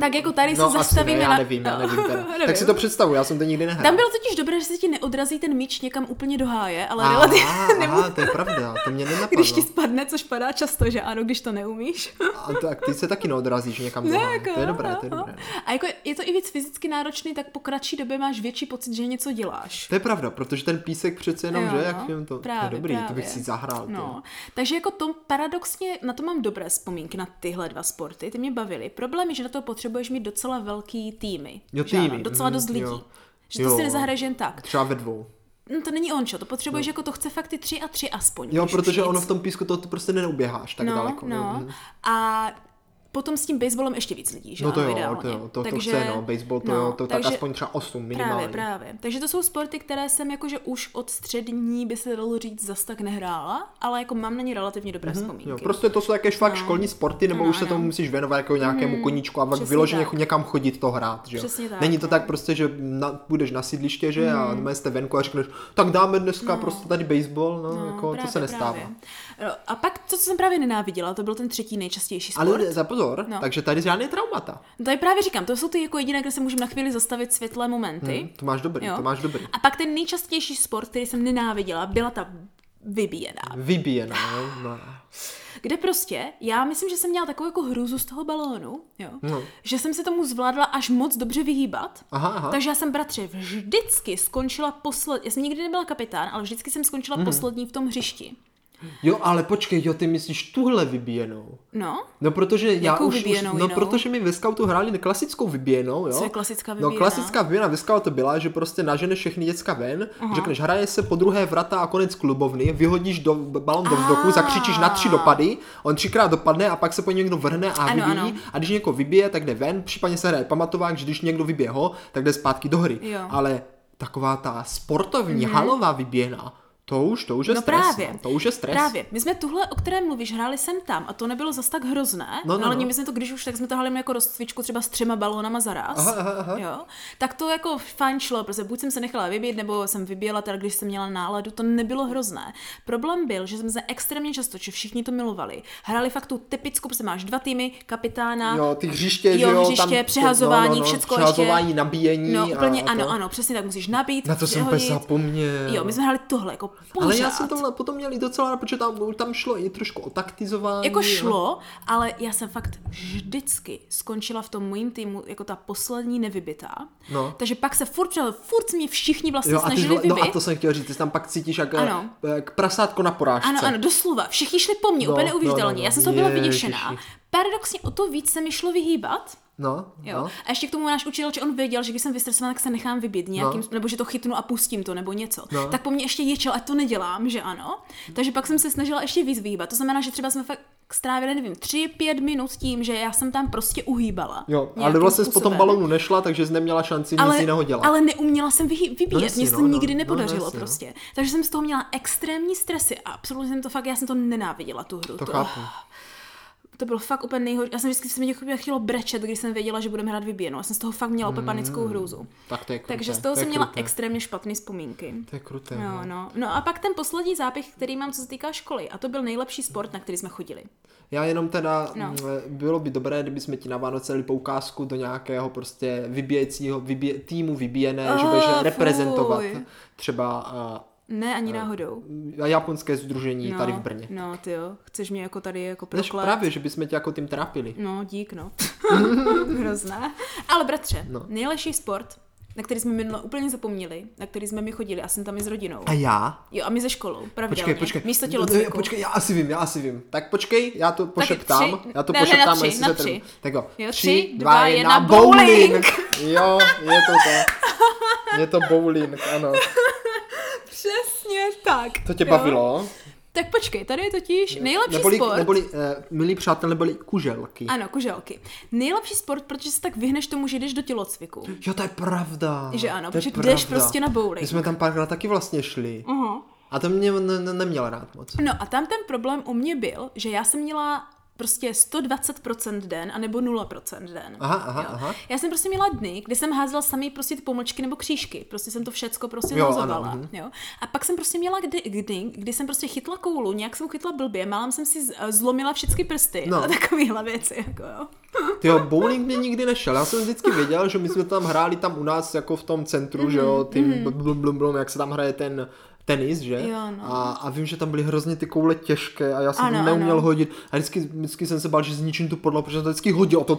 Tak jako Mhm, tady
No
se
asi ne,
zastavíme
já
na...
nevím, já nevím, teda.
Nevím.
Tak si to představuji, já jsem to nikdy nehrál.
Tam bylo totiž dobré, že se ti neodrazí ten míč někam úplně do háje, ale
Aha,
relativně,
aha, to je pravda, to mě nenapadlo.
když ti spadne, což padá často, že ano, když to neumíš.
A tak ty se taky neodrazíš někam do
Ne,
háje.
jako,
To je dobré, to je
no,
dobré.
no. A jako je to i víc fyzicky náročný, tak po kratší době máš větší pocit, že něco děláš.
To je pravda, protože ten písek přece jenom,
Jo,
že,
no,
jak vím, to, to
právě,
je dobrý, to bych
právě.
si zahrál. ty.
No, takže jako tom paradoxně, na to mám dobré vzpomínky, na tyhle dva sporty, ty mě bavily. Problém je, že na to potřebuješ mít docela velký týmy.
Jo,
že ano,
týmy,
Docela
mhm,
dost lidí.
jo.
Že to
Jo.
si nezahraješ jen tak.
Třeba ve dvou.
No, to není ončo, to potřebuješ, jako to chce fakt ty tři a tři aspoň.
Jo,
když už
protože
nic.
ono v tom písku to to prostě neuběháš tak
no,
daleko. jo.
No.
Mhm.
A potom s tím baseballem ještě víc lidí, že
No to
ano,
jo,
ideálně.
to jo, to, to
Takže-
chce, no, baseball to
no,
jo, to tak
takže-
aspoň třeba 8
Právě,
minimálně.
právě. Takže to jsou sporty, které jsem jakože už od střední, by se dalo říct, zas tak nehrála, ale jako mám na ně relativně dobré vzpomínky.
Jo, prostě to jsou jaké fakt školní sporty, nebo
No. Ano,
už se
ano. Mm,
tomu musíš věnovat jako nějakému koníčku a pak
přesně
vyloženě jako
tak.
někam chodit to hrát. Že? jo?
Přesně tak,
Není to
no. Mm.
tak prostě, že na, budeš na sídliště že? a normálně jste venku a řekneš, tak dáme dneska prostě tady baseball, no, jako, to se nestává.
No. právě. No, A pak to, co jsem právě nenáviděla, to byl ten třetí nejčastější sport.
Ale za pozor,
No.
takže tady žádné traumata.
No Tady právě říkám, to jsou ty jako jediné, kde se můžeme na chvíli zastavit světlé momenty.
To máš Hmm. dobrý,
Jo.
to máš dobrý.
A pak ten nejčastější sport, který jsem nenáviděla, byla ta vybíjená.
Vybíjená, no. no.
Kde prostě, já myslím, že jsem měla takovou jako hrůzu z toho balónu, jo,
No.
že jsem se tomu zvládla až moc dobře vyhýbat.
Aha, aha.
Takže já jsem, bratře, vždycky skončila poslední, já jsem nikdy nebyla kapitán, ale vždycky jsem skončila
Hmm.
poslední v tom hřišti.
Jo, ale počkej, jo, ty myslíš tuhle vybíjenou.
No,
No protože já
Jakou
už, už
vybíjenou
no
jinou?
protože my ve scoutu hráli klasickou vybíjenou, jo.
Co je klasická
No
vybíjená?
klasická vybíjená ve scoutu byla, že prostě naženeš všechny děcka ven, Aha. řekneš hraje se po druhé vrata a konec klubovny, vyhodíš do, balon do vzduchu,
Ah.
zakřičíš na tři dopady, on třikrát dopadne a pak se po něj někdo vrhne a
Ano,
vybíjí.
ano.
A když někoho vybije, tak jde ven, případně se hraje pamatovák, že když někdo vybije ho, tak jde zpátky do hry.
Jo. Mhm.
Ale taková ta sportovní halová vybíjená, to už, to už je
no
stres.
právě.
No, to už je stres.
Právě. My jsme tuhle, o které mluvíš, hráli jsem tam a to nebylo zas tak hrozné.
No, no,
ale
no.
my jsme to, když už, tak jsme to hráli jako rozcvičku třeba s třema balónama za raz.
Aha, aha, aha.
Jo? Tak to jako fajn šlo, protože buď jsem se nechala vybít, nebo jsem vybíjela teda, když jsem měla náladu, to nebylo hrozné. Problém byl, že jsme se extrémně často, či všichni to milovali, hráli fakt tu typickou, prostě máš dva týmy, kapitána,
Jo, ty hřiště, že
Jo,
jo, no,
hřiště, přehazování, všecko ještě.
přehazování, nabíjení.
No, úplně
a, a
ano,
to.
ano, přesně tak musíš nabít.
Na to jsem úplně
přehodit.
zapomněl.
Jo, my jsme hráli tohle, jako pořád.
Ale já jsem to potom měl i docela, rád, protože tam, tam šlo i trošku o taktizování.
Jako
a-
šlo,
vlastně-
ale já jsem fakt vždycky skončila v tom mojím týmu jako ta poslední nevybitá.
No.
Takže pak se furt, přel- furt mě všichni vlastně
Jo, a ty,
snažili
zle-
vybit.
no a to jsem chtěl říct, ty se tam pak cítíš jak,
Ano.
jak prasátko na porážce.
Ano, ano, doslova. Všichni šli po mně,
No,
úplně
no, no,
neuvěřitelně.
no.
Já jsem z toho byla
Ježiši.
vyděšená. Paradoxně o to víc se mi šlo vyhýbat.
No,
Jo.
no.
A ještě k tomu náš učitel, že on věděl, že když jsem vystresovaná, tak se nechám vybít nějakým,
No.
nebo že to chytnu a pustím to, nebo něco.
No.
Tak po mně ještě ječel, ať to nedělám, že ano. Takže pak jsem se snažila ještě víc vyhýbat. To znamená, že třeba jsme fakt strávili, nevím, tři, pět minut tím, že já jsem tam prostě uhýbala.
Jo, ale
nějakým
vlastně jsi potom
způsobem.
balonu nešla, takže jsi neměla šanci nic jiného dělat.
ale neuměla jsem vyhý,
No
vybíjet,
jasně,
mně se to
no, no,
nikdy
no,
nepodařilo
jasně, no.
prostě. Takže jsem z toho měla extrémní stresy a absolutně jsem to fakt, já jsem to nenáviděla tu hru.
To chápu.
to bylo fakt úplně nejhorší. Já jsem vždycky se mě chvíli chtělo brečet, když jsem věděla, že budeme hrát vybíjenou. Já jsem z toho fakt měla úplně panickou hrůzu.
Tak to je Mm. kruté.
Takže z toho
to je
jsem měla
kruté.
extrémně špatné vzpomínky.
To je kruté.
No,
No.
no. no a pak ten poslední zápěch, který mám, co se týká školy. A to byl nejlepší sport, na který jsme chodili.
Já jenom teda,
No.
no. bylo by dobré, kdyby jsme ti na Vánoce dali poukázku do nějakého prostě vybíjecího, vybíje, týmu vybíjené, že
Ah,
budeš reprezentovat
fuj.
třeba eh,
Ne, ani náhodou.
a, japonské združení
No,
No. tady v Brně.
No, ty jo. Chceš mě jako tady jako
Než
proklet?
právě, že bychom tě jako tím trápili.
No, dík, no. Hrozné. Ale bratře, no. nejlepší sport, na který jsme minule úplně zapomněli, na který jsme my chodili, a jsem tam i s rodinou.
A já?
Jo, a my ze školou,
Počkej,
pravidelně.
počkej.
Místo
No,
tělocviku.
Počkej, já asi vím, já asi vím. Tak počkej, já to pošeptám.
tři-
já to
ne, ne, na
pošeptám,
tři,
jestli
na
se
tři.
trvím. Tak jo.
Jo,
tři,
tři,
dva,
dva,
jedna,
jedna, bowling.
bowling. jo, je to to. Je to bowling, ano.
Přesně tak.
To tě
jo.
bavilo?
Tak počkej, tady je totiž nejlepší
neboli,
sport.
Neboli, eh, milí přátelé, neboli kuželky.
Ano, kuželky. Nejlepší sport, protože se tak vyhneš tomu, že jdeš do tělocviku.
Jo, to je pravda.
Že ano,
to je
protože
pravda.
jdeš prostě na bowling. Mm.
My jsme tam párkrát taky vlastně šli.
Aha.
A to mě ne- ne- neměl rád moc.
No a tam ten problém u mě byl, že já jsem měla prostě 120% den, anebo 0% den.
Aha, aha,
jo.
aha.
Já jsem prostě měla dny, kdy jsem házela samý prostě ty pomlčky nebo křížky. Prostě jsem to všecko prostě
Jo, ano,
nazovala.
mhm.
Jo. A pak jsem prostě měla kdy, kdy, kdy jsem prostě chytla koulu, nějak jsem chytla blbě, málem jsem si z- zlomila všechny prsty
No.
no. a takovéhle věci. Jako, jo.
Ty jo, bowling mě nikdy nešel. Já jsem vždycky věděl, že my jsme tam hráli tam u nás jako v tom centru, že
Mhm,
jo, tím mm blum, blum, blum, jak se tam hraje ten tenis, že?
Jo, no.
a, a, vím, že tam byly hrozně ty koule těžké a já jsem
Ano,
ano, neuměl
ano.
hodit. A vždycky, vždycky, jsem se bál, že zničím tu podlahu, protože jsem to vždycky hodil a to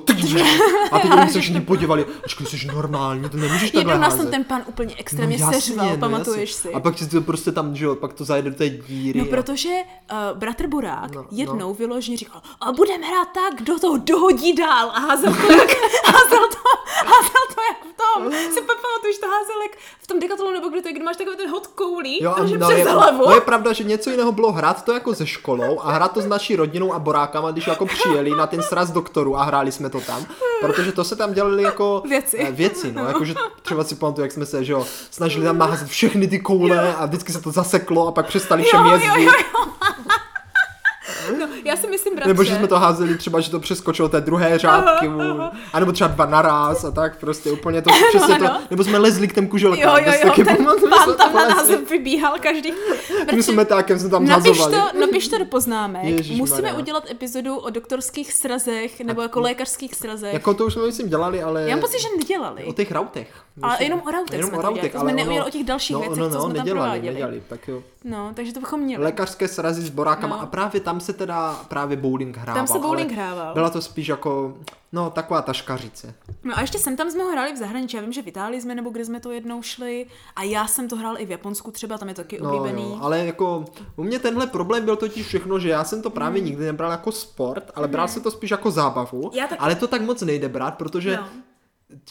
A teď oni se všichni podívali. Ačkej, jsi normální, to nemůžeš takhle
Jednou nás tam
házet."
ten pan úplně extrémně
no, jasně,
seřval,
no,
pamatuješ
jasně.
si.
A pak ti to prostě tam, že jo, pak to zajde do té díry.
No
a-
protože uh, bratr Borák
No,
no,
no.
jednou no. vyloženě říkal, a budeme hrát tak, kdo to dohodí dál. A házel to, jak, házel to, házel to jak v tom. Si pak pamatuješ to házel jak v tom dekathlonu, nebo kdo to je, kdy máš takový ten hod koulí,
Jo, a
takže
no,
přes
je,
hlavu.
no je pravda, že něco jiného bylo hrát to jako se školou a hrát to s naší rodinou a borákama, když jako přijeli na ten sraz doktorů a hráli jsme to tam, protože to se tam dělali jako
Věci.
eh, věci no, jakože třeba si pamatuju, jak jsme se, že jo, snažili tam naházet všechny ty koule a vždycky se to zaseklo a pak přestali všem
jo, jo,
jezdit.
jo, jo. No, já si myslím, bratře.
Nebo že jsme to házeli třeba, že to přeskočilo té druhé řádky,
Aha, aha.
a nebo třeba dva naraz a tak, prostě úplně to přesně to,
ano.
nebo jsme lezli k těm kuželkám,
Jo,
to
jo,
si
jo,
taky
ten
pamatuju, my jsme
pán tam
to
na
lezli.
nás vybíhal každý.
My jsme metákem jsme tam
Napiš
hazovali.
to, napiš to do poznámek.
Ježišmarja.
Musíme udělat epizodu o doktorských srazech nebo jako lékařských srazech.
Jako to už jsme myslím dělali, ale...
Já mám pocit, že nedělali.
O těch rautech.
Ale jenom o rautech
Jenom
jsme
o
to
rautech,
dělali, to
ale
jsme
ono-
neudělali o těch dalších
no,
věcech,
no,
co
no,
jsme tam
nedělali,
prováděli.
nedělali, tak jo.
No, takže to bychom měli.
Lékařské srazy s borákama
No.
a právě tam se teda právě bowling hrával.
Tam se bowling
ale
hrával.
Byla to spíš jako, no taková taškařice.
No a ještě jsem tam jsme ho hráli v zahraničí, já vím, že v Itálii jsme nebo kde jsme to jednou šli a já jsem to hrál i v Japonsku třeba, tam je to taky
No,
oblíbený.
jo, ale jako u mě tenhle problém byl totiž všechno, že já jsem to právě nikdy nebral jako sport, ale bral jsem to spíš jako zábavu,
Hmm. Já taky.
ale to tak moc nejde brát, protože
No.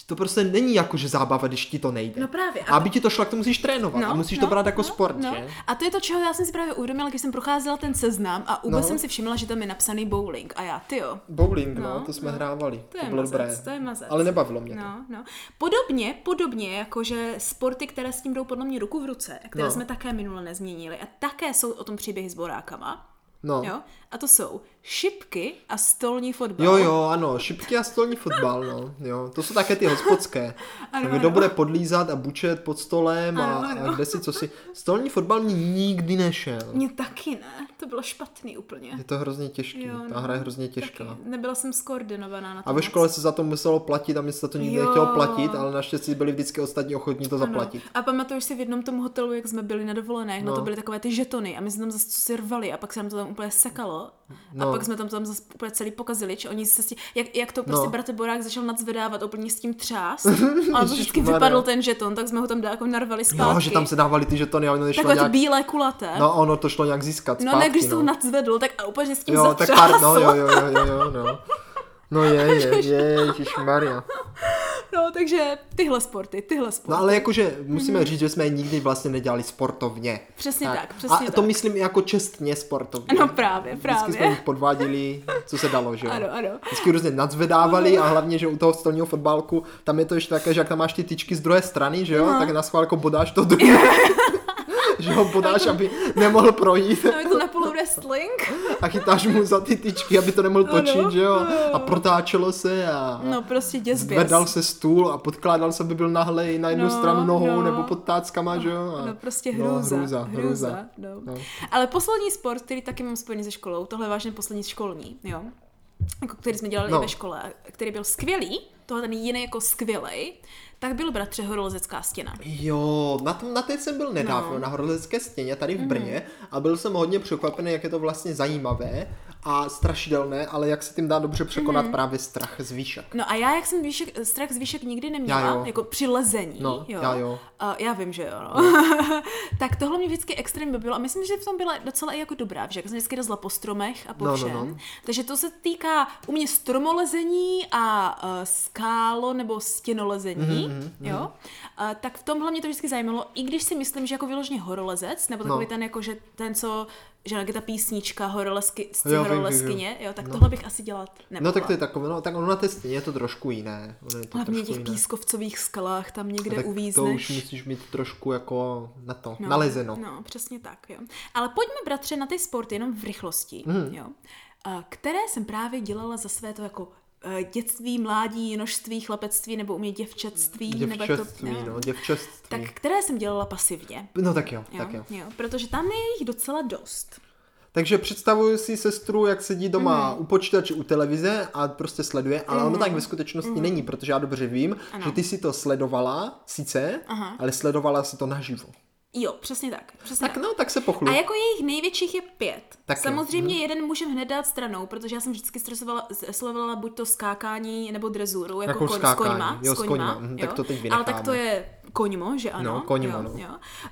to prostě není jako, že zábava, když ti to nejde.
No právě, a
A aby ti to šlo, tak to musíš
No,
trénovat a musíš to brát jako sport, že?
A to je to, čeho já jsem si právě uvědomila, když jsem procházela ten seznam a vůbec
No.
no. jsem si všimla, že tam je napsaný bowling. A já, ty jo,
Bowling, no,
No,
to jsme
no.
hrávali. To,
To je
bylo
mazec,
dobré.
to je mazec.
Ale nebavilo mě to.
No, no. Podobně, podobně, jakože sporty, které s tím jdou podle mě ruku v ruce, které
No.
no. jsme také minule nezměnili a také jsou o tom příběhy s borákama,
No.
jo? A to jsou šipky a stolní fotbal.
Jo, jo, ano, šipky a stolní fotbal, no, jo, to jsou také ty hospodské.
Ano,
Kdo
ano.
bude podlízat a bučet pod stolem a,
Ano, ano.
a kde si co si. Stolní fotbal mě nikdy nešel.
Mně taky ne, to bylo špatný úplně.
Je to hrozně těžký,
Jo,
ta
no,
hra je hrozně těžká.
Taky. Nebyla jsem skoordinovaná na to.
A ve
moc.
škole se za to muselo platit a mě se za to nikdy
Jo.
nechtělo platit, ale naštěstí byli vždycky ostatní ochotní to
Ano.
zaplatit.
A pamatuješ si v jednom tom hotelu, jak jsme byli na dovolené, no.
No.
no to byly takové ty žetony a my jsme tam zase co si rvali a pak se nám to tam úplně sekalo
No.
a pak jsme tam to tam zase úplně celý pokazili, či oni se s tím, jak, jak to prostě
No.
no. bratr Borák začal nadzvedávat, úplně s tím třást a to vždycky
Ježišmarja.
vypadl ten žeton, tak jsme ho tam dá- jako narvali zpátky.
Jo, že tam se dávali ty žetony a ono to šlo
Takové to
nějak,
bílé kulaté.
no ono to šlo nějak získat
no
zpátky,
ne, když se ho nadzvedl, tak a úplně s tím
Jo, tak
zatřásl.
pár, no jo, jo, jo, jo, jo, no. No je, je, je, Maria.
no, takže tyhle sporty, tyhle sporty.
No ale jakože musíme říct, že jsme je nikdy vlastně nedělali sportovně.
Mhm. Přesně tak, přesně
A to
tak.
myslím i jako čestně sportovně.
No právě, právě.
Vždycky jsme jich podváděli, co se dalo, že jo.
Ano, ano.
Vždycky různě nadzvedávali a hlavně, že u toho stolního fotbalku, tam je to ještě také, že jak tam máš ty tyčky z druhé strany, že jo, tak na schvál jako bodáš to druhé. že ho bodáš, aby nemohl projít
No, je to napůl wrestling.
a chytáš mu za ty tyčky, aby to nemohl točit, že jo. A protáčelo se a...
No prostě děsběs.
Zvedal se stůl a podkládal se, aby byl nahlej na jednu
No,
stranu nohou
no.
nebo pod táckama, že jo? A-
No prostě
No,
hrůza,
hrůza, hrůza.
no.
No.
Ale poslední sport, který taky mám spojený se školou, tohle je vážně poslední školní, jo. Jako který jsme dělali
No.
no. ve škole, a který byl skvělý, tohle ten jiný jako skvělej, tak byl bratře horolezecká stěna.
Jo, na, tom, na té jsem byl nedávno,
No. Mhm.
na Horolecké stěně tady v Brně a byl jsem hodně překvapený, jak je to vlastně zajímavé a strašidelné, ale jak se tím dá dobře překonat
Mhm.
právě strach z výšek.
No a já, jak jsem výšek, strach z výšek nikdy neměla,
Já jo.
jako při lezení,
No,
jo.
já jo.
A já vím, že jo, no. tak tohle mě vždycky extrémně bavilo a myslím, že v tom byla docela i jako dobrá, že jsem vždycky lezla po stromech a po
No, no,
všem.
no.
Takže to se týká u mě stromolezení a uh, skálo nebo e,
Mhm,
stěnolezení. mm-hmm, jo? A, tak v tomhle mě to vždycky zajímalo, i když si myslím, že jako vyloženě horolezec, nebo takový
No.
ten jako, že ten, co, že jak je ta písnička horolezky,
Jo, vím, vím,
horolezkyně, jo, tak
No.
tohle bych asi dělat nemohla.
No tak to je takové, no tak ono na té stěně je to trošku jiné. Ono je to
Hlavně
trošku
těch
jiné.
pískovcových skalách tam
A
někde
tak to
uvízneš.
už musíš mít trošku jako na to, nalezeno.
No, přesně tak, jo. Ale pojďme, bratře, na ty sporty jenom v rychlosti,
Mhm.
mm. jo. A, které jsem právě dělala za své to jako eh, dětství, mládí, jenožství, chlapectví, nebo u mě děvčatství, nebo jak to,
Děvčeství,
jo.
no, děvčeství.
Tak které jsem dělala pasivně,
No tak jo,
jo,
tak jo.
jo. Protože tam je jich docela dost.
Takže představuju si sestru, jak sedí doma
Mhm.
mm. u počítače, u televize a prostě sleduje, ale mm. ono tak ve skutečnosti
Mhm.
mm. není, protože já dobře vím, ano. že ty si to sledovala, sice, Aha. ale sledovala si to naživo.
Jo, přesně tak. Přesně
Tak no, tak se pochlup.
A jako jejich největších je pět.
Tak
Tak
jo. Mhm.
Samozřejmě jo. jeden můžeme hned dát stranou, protože já jsem vždycky stresovala, sledovala buď to skákání nebo drezuru, jako,
Jako
kon, s
skákání,
koňma.
jo,
s
s
koňma,
koňma, mhm, tak to teď
Ale tak to
vynecháme.
je koňmo, že ano?
No, koňmo,
jo,
no.
jo.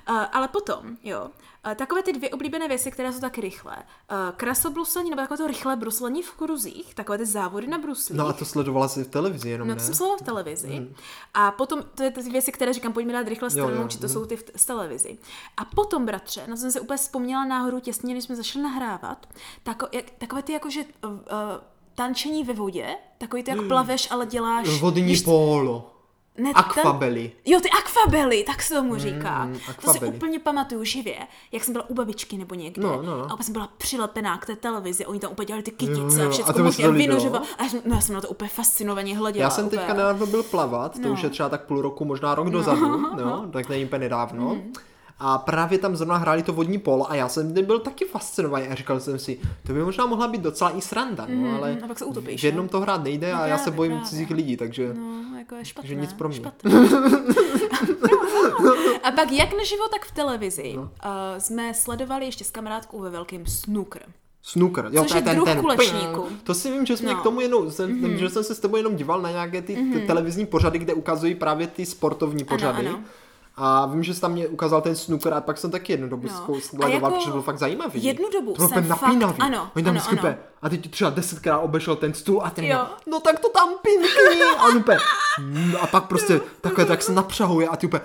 Uh, ale potom, jo, uh, takové ty dvě oblíbené věci, které jsou tak rychlé. Uh, krasobruslení nebo takové to rychlé bruslení v kruzích, takové ty závody na bruslích.
No a to sledovala si v televizi jenom,
No
ne? Hmm.
to jsem sledovala v televizi. Mm. A potom, to je ty věci, které říkám, pojďme dát rychle stranou,
jo,
či to jsou ty v, z televizi. A potom, bratře, na to jsem se úplně vzpomněla náhodou těsně, když jsme začali nahrávat, tako, jak, takové ty jakože uh, uh, tančení ve vodě, takový ty jak plaveš, ale děláš...
Hmm. Vodní
víš,
pólo.
ne,
Akvabely. Hmm,
Ten, jo, ty akvabely, tak se tomu říká. Mm, to si
akvabely.
úplně pamatuju živě, jak jsem byla u babičky nebo někde.
No, no, no.
A úplně jsem byla přilepená k té televizi, oni tam úplně dělali ty kytice
Jo, jo,
a
a
všechno
to by se to líbilo?
vynožovala. A já jsem, no, já jsem na to úplně fascinovaně hleděla.
Já jsem
úplně.
teďka nedávno byl plavat, to
No.
už je třeba tak půl roku, možná rok dozadu, no, tak není úplně nedávno.
Mhm.
A právě tam zrovna hráli to vodní polo a já jsem byl taky fascinovaný a říkal jsem si, to by možná mohla být docela i sranda, no, ale
Mhm, a pak se utopíš,
v jednom
no.
to hrát nejde a
No
já se
právě,
bojím
právě.
cizích lidí, takže...
No, jako je špatné.
Takže nic pro mě.
Špatné. A pak jak naživo, tak v televizi no. uh, jsme sledovali ještě s kamarádkou ve velkém snooker.
Snooker, jo,
Což
to je
je
ten,
druh
ten.
kulečníku.
Ping. To si vím, že jsme
No. Mhm.
k tomu jenom, jsem, mm-hmm. že jsem se s tebou jenom díval na nějaké ty, ty televizní pořady, kde ukazují právě ty sportovní pořady.
ano.
A vím, že jsi tam mě ukázal ten snooker a pak jsem taky jednu dobu
No.
no.
A
sledoval,
jako
protože to byl fakt zajímavý.
jednu dobu
to bylo
jsem
úplně
fakt-
napínavý.
ano,
Oni tam
ano,
vždycky
ano.
úplně- a teď třeba desetkrát obešel ten stůl a ten
Jo.
měl, no tak to tam pinkni. A on úplně, "Mm," a pak prostě takhle tak se napřahuje a ty úplně,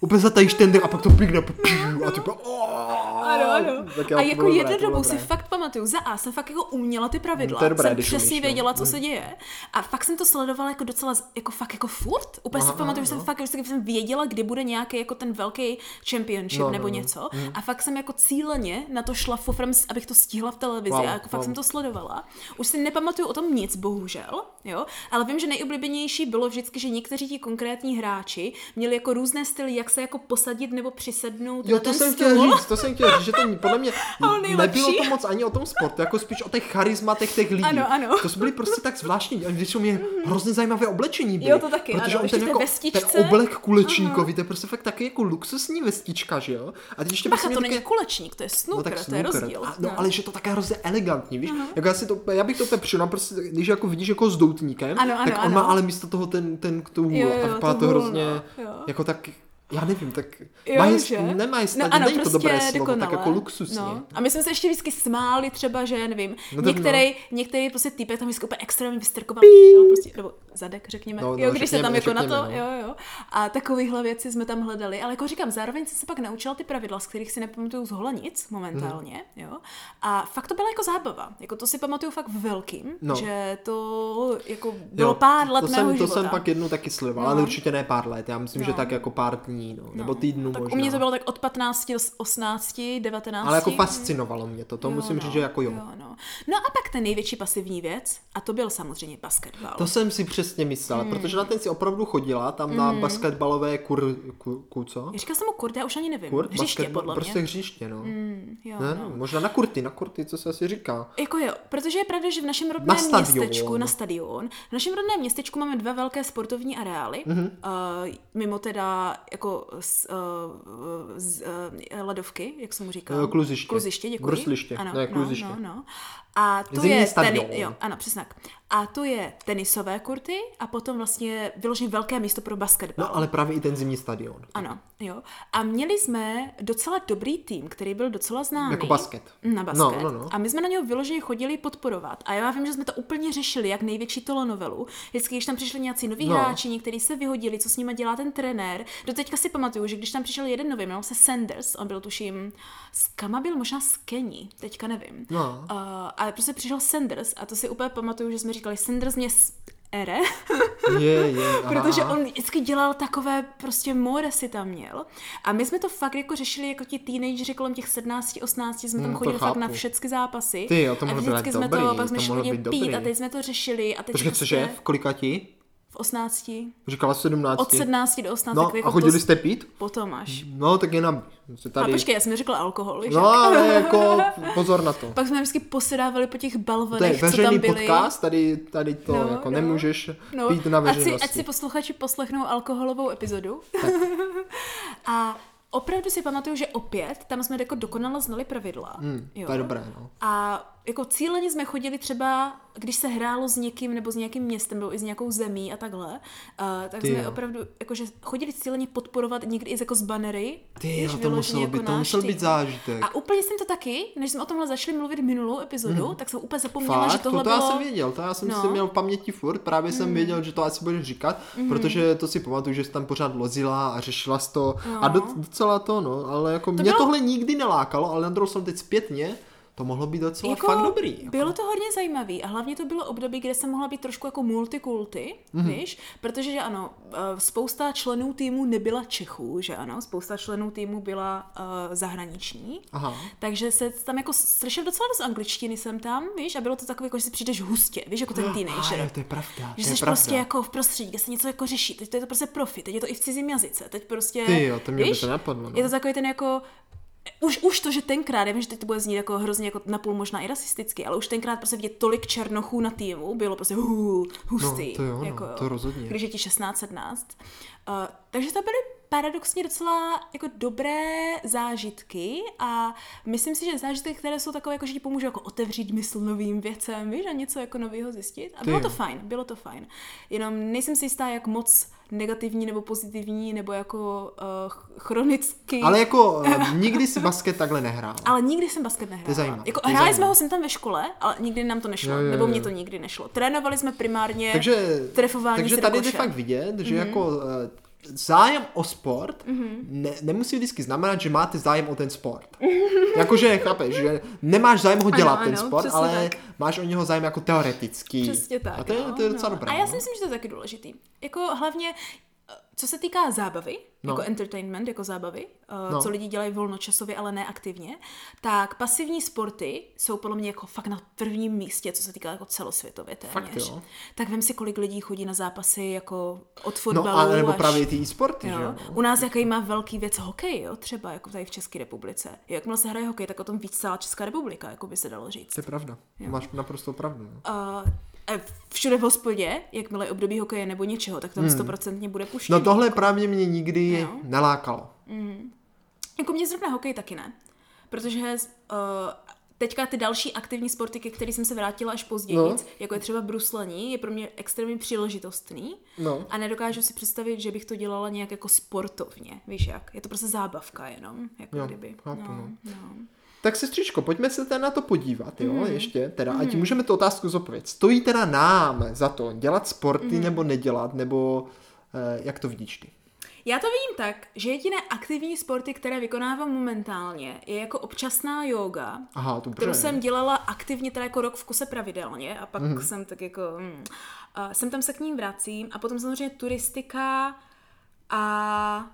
úplně zatajíš ten dech a pak to pinkne a ty úplně, "Oh."
Ano, ano.
Tak jo,
a
to
jako
bylo dobré,
jednu
to bylo
dobu si
dobré.
fakt pamatuju, za A jsem fakt jako uměla ty pravidla,
To je dobré,
jsem
když
přesně
umíš, no.
věděla, co se děje. A fakt jsem to sledovala jako docela, z- jako fakt jako furt. Úplně si
Aha,
pamatuju, že
no.
jsem fakt, že jsem věděla, kdy bude nějaký jako ten velký championship
No, no,
nebo
no.
něco. A fakt jsem jako cíleně na to šla fofrem, s- abych to stihla v televizi.
Wow,
a jako fakt
wow.
jsem to sledovala. Už si nepamatuju o tom nic, bohužel, jo. Ale vím, že nejoblíbenější bylo vždycky, že někteří ti konkrétní hráči měli jako různé styly, jak se jako posadit nebo přisednout.
Jo,
na
to
ten
jsem
stůl.
chtěl říct, to jsem chtěl říct, že to podle mě
Ale nejlepší.
nebylo to moc ani o tom sportu, jako spíš o těch charizmatech těch lidí.
Ano, ano. Mhm.
To byly prostě tak zvláštní, a když mě hrozně zajímavé oblečení byly.
Jo, to taky,
protože
ano,
on
ještě
ten,
v té
jako, ten
vestičce.
oblek kulečníkový, to je prostě fakt taky jako luxusní vestička, že jo? A teď ještě
Bacha,
prostě
to
mě
není kulečník, to je snooker, no, to je
snooker.
rozdíl.
A, no, ale že to také hrozně elegantní, víš? Jako já, si to, já bych to úplně přirovnal, prostě, když jako vidíš jako s doutníkem,
Ano, ano,
tak on
ano.
má ale místo toho ten, ten k tomu
Jo, jo,
a
to
vypadá to
hůl,
hrozně
no, jo.
jako tak, já nevím, tak
Jo,
má
že? prostě
jest, nemá jest, no, ano, není to dobré slovo, tak
dokonale.
jako luxusně. No.
A my jsme se ještě vždycky smáli třeba, že nevím,
No
no
to-
některý, no. některý prostě týpek tam vždycky úplně extrémně vystrkoval, jo, prostě, nebo zadek, řekněme,
No,
no,
no,
no, jo, když se tam
řekněme,
jako na to,
řekněme,
no. jo, jo. A takovýhle věci jsme tam hledali, ale jako říkám, zároveň jsem se pak naučila ty pravidla, z kterých si nepamatuju zhola nic momentálně,
Mhm.
hmm. jo. A fakt to byla jako zábava, jako to si pamatuju fakt velkým,
No.
no. že to jako bylo jo, pár let
to
mého
jsem, to
života.
jsem pak jednou taky sledoval,
No.
ale určitě ne pár let, já myslím, že
No.
tak jako pár dní, no, nebo týdnů
tak
možná.
u mě to bylo tak od 15 do 18, 19.
ale jako fascinovalo mě to, to
Jo,
musím
no,
říct, že jako jo.
jo no. no a pak ten největší pasivní věc, a to byl samozřejmě basketbal.
To jsem si přesně myslela,
Hmm.
protože na ten si opravdu chodila, tam na basketbalové kur, ku, ku co?
Říkal jsem mu kurt, já už ani nevím.
Kurt?
Hřiště,
Basketbal-
podle mě.
Prostě hřiště, no.
Mm, jo,
ne,
no.
no. Možná na kurty, na kurty, co se asi říká.
Jako jo, protože je pravda, že v našem rodném
Na
městečku,
stadion.
na stadion, v našem rodném městečku máme dva velké sportovní areály, mm-hmm.
Mhm.
uh, mimo teda jako z, uh, z, uh, ledovky, jak jsem mu říkal.
Eh, kluziště.
Kluziště, děkuji.
Brusliště,
Ano,
ne, kluziště.
No, no, no. A to
Zimní
je
stadion.
ten, jo, ano, přesně tak. a to je tenisové kurty a potom vlastně vyloženě velké místo pro basketbal.
No ale právě i ten zimní stadion.
Ano, jo. A měli jsme docela dobrý tým, který byl docela známý.
Jako basket.
Na basket.
No, no, no.
A my jsme na něho vyloženě chodili podporovat. A já vím, že jsme to úplně řešili, jak největší telenovelu. Vždycky, když tam přišli nějací noví
No.
no. hráči, někteří se vyhodili, co s nimi dělá ten trenér. Doteďka si pamatuju, že když tam přišel jeden nový, jmenoval se Sanders, on byl tuším, z Kama byl možná z Keni, teďka nevím.
No.
Uh, ale prostě přišel Sanders a to si úplně pamatuju, že jsme říkali, Sanders mě s- ere,
Je, je, aha,
protože
aha.
on vždycky dělal takové prostě móre si tam měl. A my jsme to fakt jako řešili jako ti teenageři kolem těch 17, 18, jsme tam
Hmm, to
chodili fakt na
chápu.
všechny zápasy.
Ty jo, to
a
mohlo být
vždycky jsme
dobrý,
to, pak
to
jsme šli
mohlo
hodně
být
pít
dobrý.
a teď jsme to řešili. A teď
Počkej,
prostě
cože? V kolika ti?
V 18.
Říkala 17.
Od 17 do 18.
No
takový
a
jako
chodili
poz-
jste pít?
Potom až.
No tak jenom se
A
tady...
počkej, já jsem řekla alkohol, víš
No
jak?
ale jako pozor na to.
Pak jsme vždycky posedávali po těch
To je
balvonech, co tam
veřejný
byly.
podcast, tady, tady to
No,
jako
no.
nemůžeš
No,
pít na
ať, si,
veřejnosti.
ať si posluchači poslechnou alkoholovou epizodu. a opravdu si pamatuju, že opět tam jsme jako dokonale znali pravidla. Hmm,
To je dobré, no.
A jako cíleně jsme chodili třeba, když se hrálo s někým nebo s nějakým městem nebo i s nějakou zemí a takhle, uh, tak
Ty
jsme
jo.
opravdu jakože chodili cíleně podporovat někdy i jako z banery.
Ty,
víš,
jo, to
vyloženě
muselo být, to
náš
musel
tým.
být zážitek.
A úplně jsem to taky, než jsme o tomhle začali mluvit minulou epizodu, tak jsem úplně zapomněla,
Mhm. Fakt, No
že tohle
to, to
bylo...
já jsem věděl, to já jsem
No. Mm. Mm-hmm.
si měl v paměti furt, právě jsem věděl, že to asi budeš říkat, protože to si pamatuju, že jsi tam pořád lozila a řešila jsi to a doc, docela to, no, ale jako mě
bylo-
tohle nikdy nelákalo, ale na druhou stranu teď zpětně, to mohlo být docela fakt dobrý. jako.
Bylo to hodně zajímavý a hlavně to bylo období, kde jsem mohla být trošku jako multikulty,
Mhm.
mm-hmm. víš, protože ano, eh, spousta členů týmu nebyla Čechů, že ano, spousta členů týmu byla uh, zahraniční.
Aha.
Takže se tam jako slyšel docela dost angličtiny jsem tam, víš, a bylo to takové, jako, že si přijdeš hustě, víš, jako ten teenager.
Ah, jo, to je pravda, to
Že jsi
je pravda.
prostě jako v prostředí, kde se něco jako řeší. Teď to je to prostě profi, teď je to i v cizím jazyce. Teď prostě.
Ty jo, to mě by
víš,
to napadlo, no.
Je to takový ten jako. Už, už to, že tenkrát, já vím, že teď to bude znít jako hrozně jako napůl možná i rasisticky, ale už tenkrát prostě vidět tolik černochů na týmu, bylo prostě hů, hustý.
No, to jo, no,
jako,
to rozhodně.
Když je ti 16, 17. Uh, takže to byly paradoxně docela jako dobré zážitky a myslím si, že zážitky, které jsou takové, jako že ti pomůžou jako otevřít mysl novým věcem, víš, a něco jako nového zjistit. A
Ty
bylo to
jo.
fajn, bylo to fajn. Jenom nejsem si jistá, jak moc negativní nebo pozitivní, nebo jako uh, ch- chronicky.
Ale jako eh, nikdy si basket takhle nehrál.
Ale nikdy jsem basket nehrála.
To je zajímavé,
Jako
to je
hráli
zajímavé.
jsme ho sem tam ve škole, ale nikdy nám to nešlo.
Jo, jo,
Nebo
jo.
mě to nikdy nešlo. Trénovali jsme primárně
takže,
Vlastně trefování
takže
si do
tady jde
koše. Mhm.
fakt vidět, že jako eh, zájem o sport ne, nemusí vždycky znamenat, že máte zájem o ten sport. Jakože, chápeš, že nemáš zájem ho dělat
Ano,
ten
ano,
sport,
přesně
ale
tak.
máš o něho zájem jako teoretický.
Přesně tak.
A to je,
no,
to je docela
no.
dobré.
A já
no.
si myslím, že to je taky důležitý. Jako hlavně, eh, co se týká zábavy,
No.
no. jako entertainment, jako zábavy, eh,
No.
co lidi dělají volnočasově, ale ne aktivně, tak pasivní sporty jsou podle mě jako fakt na prvním místě, co se týká jako celosvětově téměř.
Fakt jo.
Tak vem si, kolik lidí chodí na zápasy jako od
No,
fotbalu
ale nebo
až...
právě ty e-sporty, že
Jo.
jo.
U nás jaký má velký věc hokej, jo, třeba jako tady v České republice. Jo, Jakmile se hraje hokej, tak o tom víc celá Česká republika, jako by se dalo říct.
To je pravda. Máš naprosto pravdu. no.
Uh, všude v hospodě, jakmile je období hokeje nebo něčeho, tak tam stoprocentně bude puštěný.
Hmm. No tohle právě mě nikdy
Jo.
nelákalo.
Jako mě zrovna hokej taky ne. Protože uh, teďka ty další aktivní sporty, ke kterým jsem se vrátila až později,
No.
no. jako je třeba bruslení, je pro mě extrémně příležitostný.
No.
A nedokážu si představit, že bych to dělala nějak jako sportovně, víš jak. Je to prostě zábavka jenom, jako
Jo,
kdyby.
chápu, no.
no.
Tak sestřičko, pojďme se teda na to podívat, jo,
Mhm.
ještě, teda, ať můžeme tu otázku zopovědět. Stojí teda nám za to dělat sporty
Mhm.
nebo nedělat, nebo eh, jak to vidíš ty?
Já to vidím tak, že jediné aktivní sporty, které vykonávám momentálně, je jako občasná yoga,
Aha, to
kterou
dobře.
jsem dělala aktivně teda jako rok v kuse pravidelně a pak
Mhm.
mm. jsem tak jako, mm, a jsem tam se k ním vracím a potom samozřejmě turistika a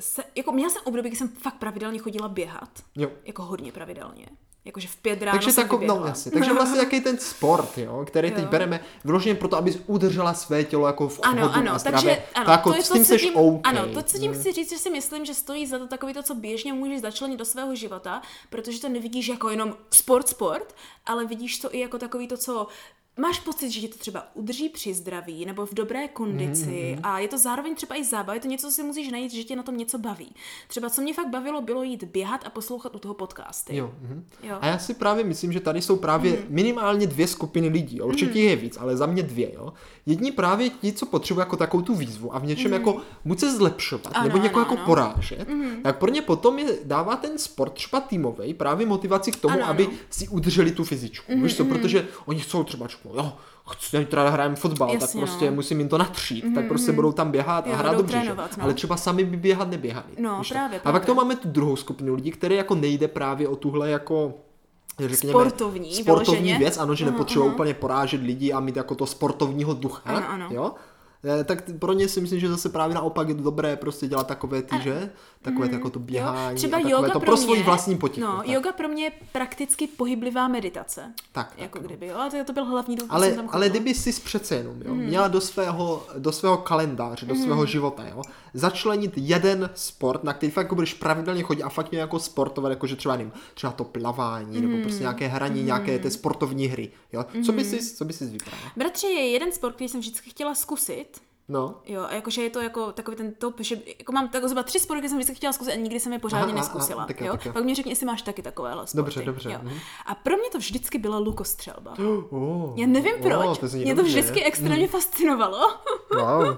se, jako měla jsem období, kdy jsem fakt pravidelně chodila běhat,
Jo.
jako hodně pravidelně, jakože v pět ráno
Takže,
jsem
tako, no,
vyběhla.
jasně, takže vlastně takový ten sport, jo, který teď
Jo.
bereme vyloženě proto, abys udržela své tělo jako v chodu
Ano,
a
ano,
zdravě.
takže ano,
tak, jako
to je
s
to,
tím
co
seš OK.
tím,
no.
ano, to, co tím chci říct, že si myslím, že stojí za to takový to, co běžně můžeš začlenit do svého života, protože to nevidíš jako jenom sport, sport, ale vidíš to i jako takový to, co máš pocit, že ti to třeba udrží při zdraví nebo v dobré kondici mm-hmm. a je to zároveň třeba i zábava, je to něco, co si musíš najít, že tě na tom něco baví. Třeba co mě fakt bavilo, bylo jít běhat a poslouchat u toho podcasty.
Jo, mhm.
Jo. Mhm.
A já si právě myslím, že tady jsou právě minimálně dvě skupiny lidí. Jo. Určitě je víc, ale za mě dvě. Jo. Jedni právě ti, co potřebují jako takovou tu výzvu a v něčem jako buď se zlepšovat,
Mhm. Ano,
nebo někoho
ano,
jako
ano. Mhm.
porážet, tak pro ně potom je, dává ten sport třeba týmový právě motivaci k tomu,
Ano, Mhm, ano.
aby si udrželi tu fyzičku. Víš co, protože oni jsou třeba čku, jo, chci, teda hrajeme fotbal, tak
Jasně, no. Mhm,
prostě musím jim to natřít, tak prostě budou tam běhat a
Jo,
hrát
budou
dobře, že?
trénovat, no.
ale třeba sami by běhat neběhali.
No,
víš to.
právě,
A pak
právě.
to máme tu druhou skupinu lidí, které jako nejde právě o tuhle jako řekněme,
Sportovní,
sportovní
vyloženě.
věc, ano, že nepotřeba úplně porážet lidi a mít jako to sportovního ducha,
Ano, ano.
jo? Eh, Tak t- pro ně si myslím, že zase právě naopak je dobré prostě dělat takové ty, že? Takové ty jako to běhání
Mm, jo,
a
třeba
takové
yoga
to
pro
pro
mě,
svoji vlastní prostě. potichu.
No,
tak.
yoga pro mě je prakticky pohyblivá meditace.
Tak, tak,
jako
no.
kdyby, jo, a to, to byl hlavní důvod,
Ale,
jsem tam
ale
chodila. Mhm.
kdyby jsi přece jenom jo, měla do svého, do svého kalendáře, do svého života, jo, začlenit jeden sport, na který fakt jako budeš pravidelně chodit a fakt mě jako sportovat, jako že třeba nevím, třeba to plavání,
Mhm.
nebo prostě nějaké hraní, nějaké ty sportovní hry, jo. Co by jsi, co by jsi vybral?
Bratře, je jeden sport, který jsem vždycky chtěla zkusit,
No.
Jo, a jakože je to jako takový ten top, že jako mám tak zhruba tři sporty, které jsem vždycky chtěla zkusit a nikdy jsem je pořádně
Aha, a- a-
neskusila.
tak jo,
jo,
tak jo.
Pak mi řekni, jestli máš taky takovéhle sporty.
Dobře, dobře,
Jo.
mhm.
A pro mě to vždycky byla lukostřelba.
Oh,
Já nevím proč,
to zní
mě to
dobře. Mhm.
vždycky extrémně fascinovalo.
Wow.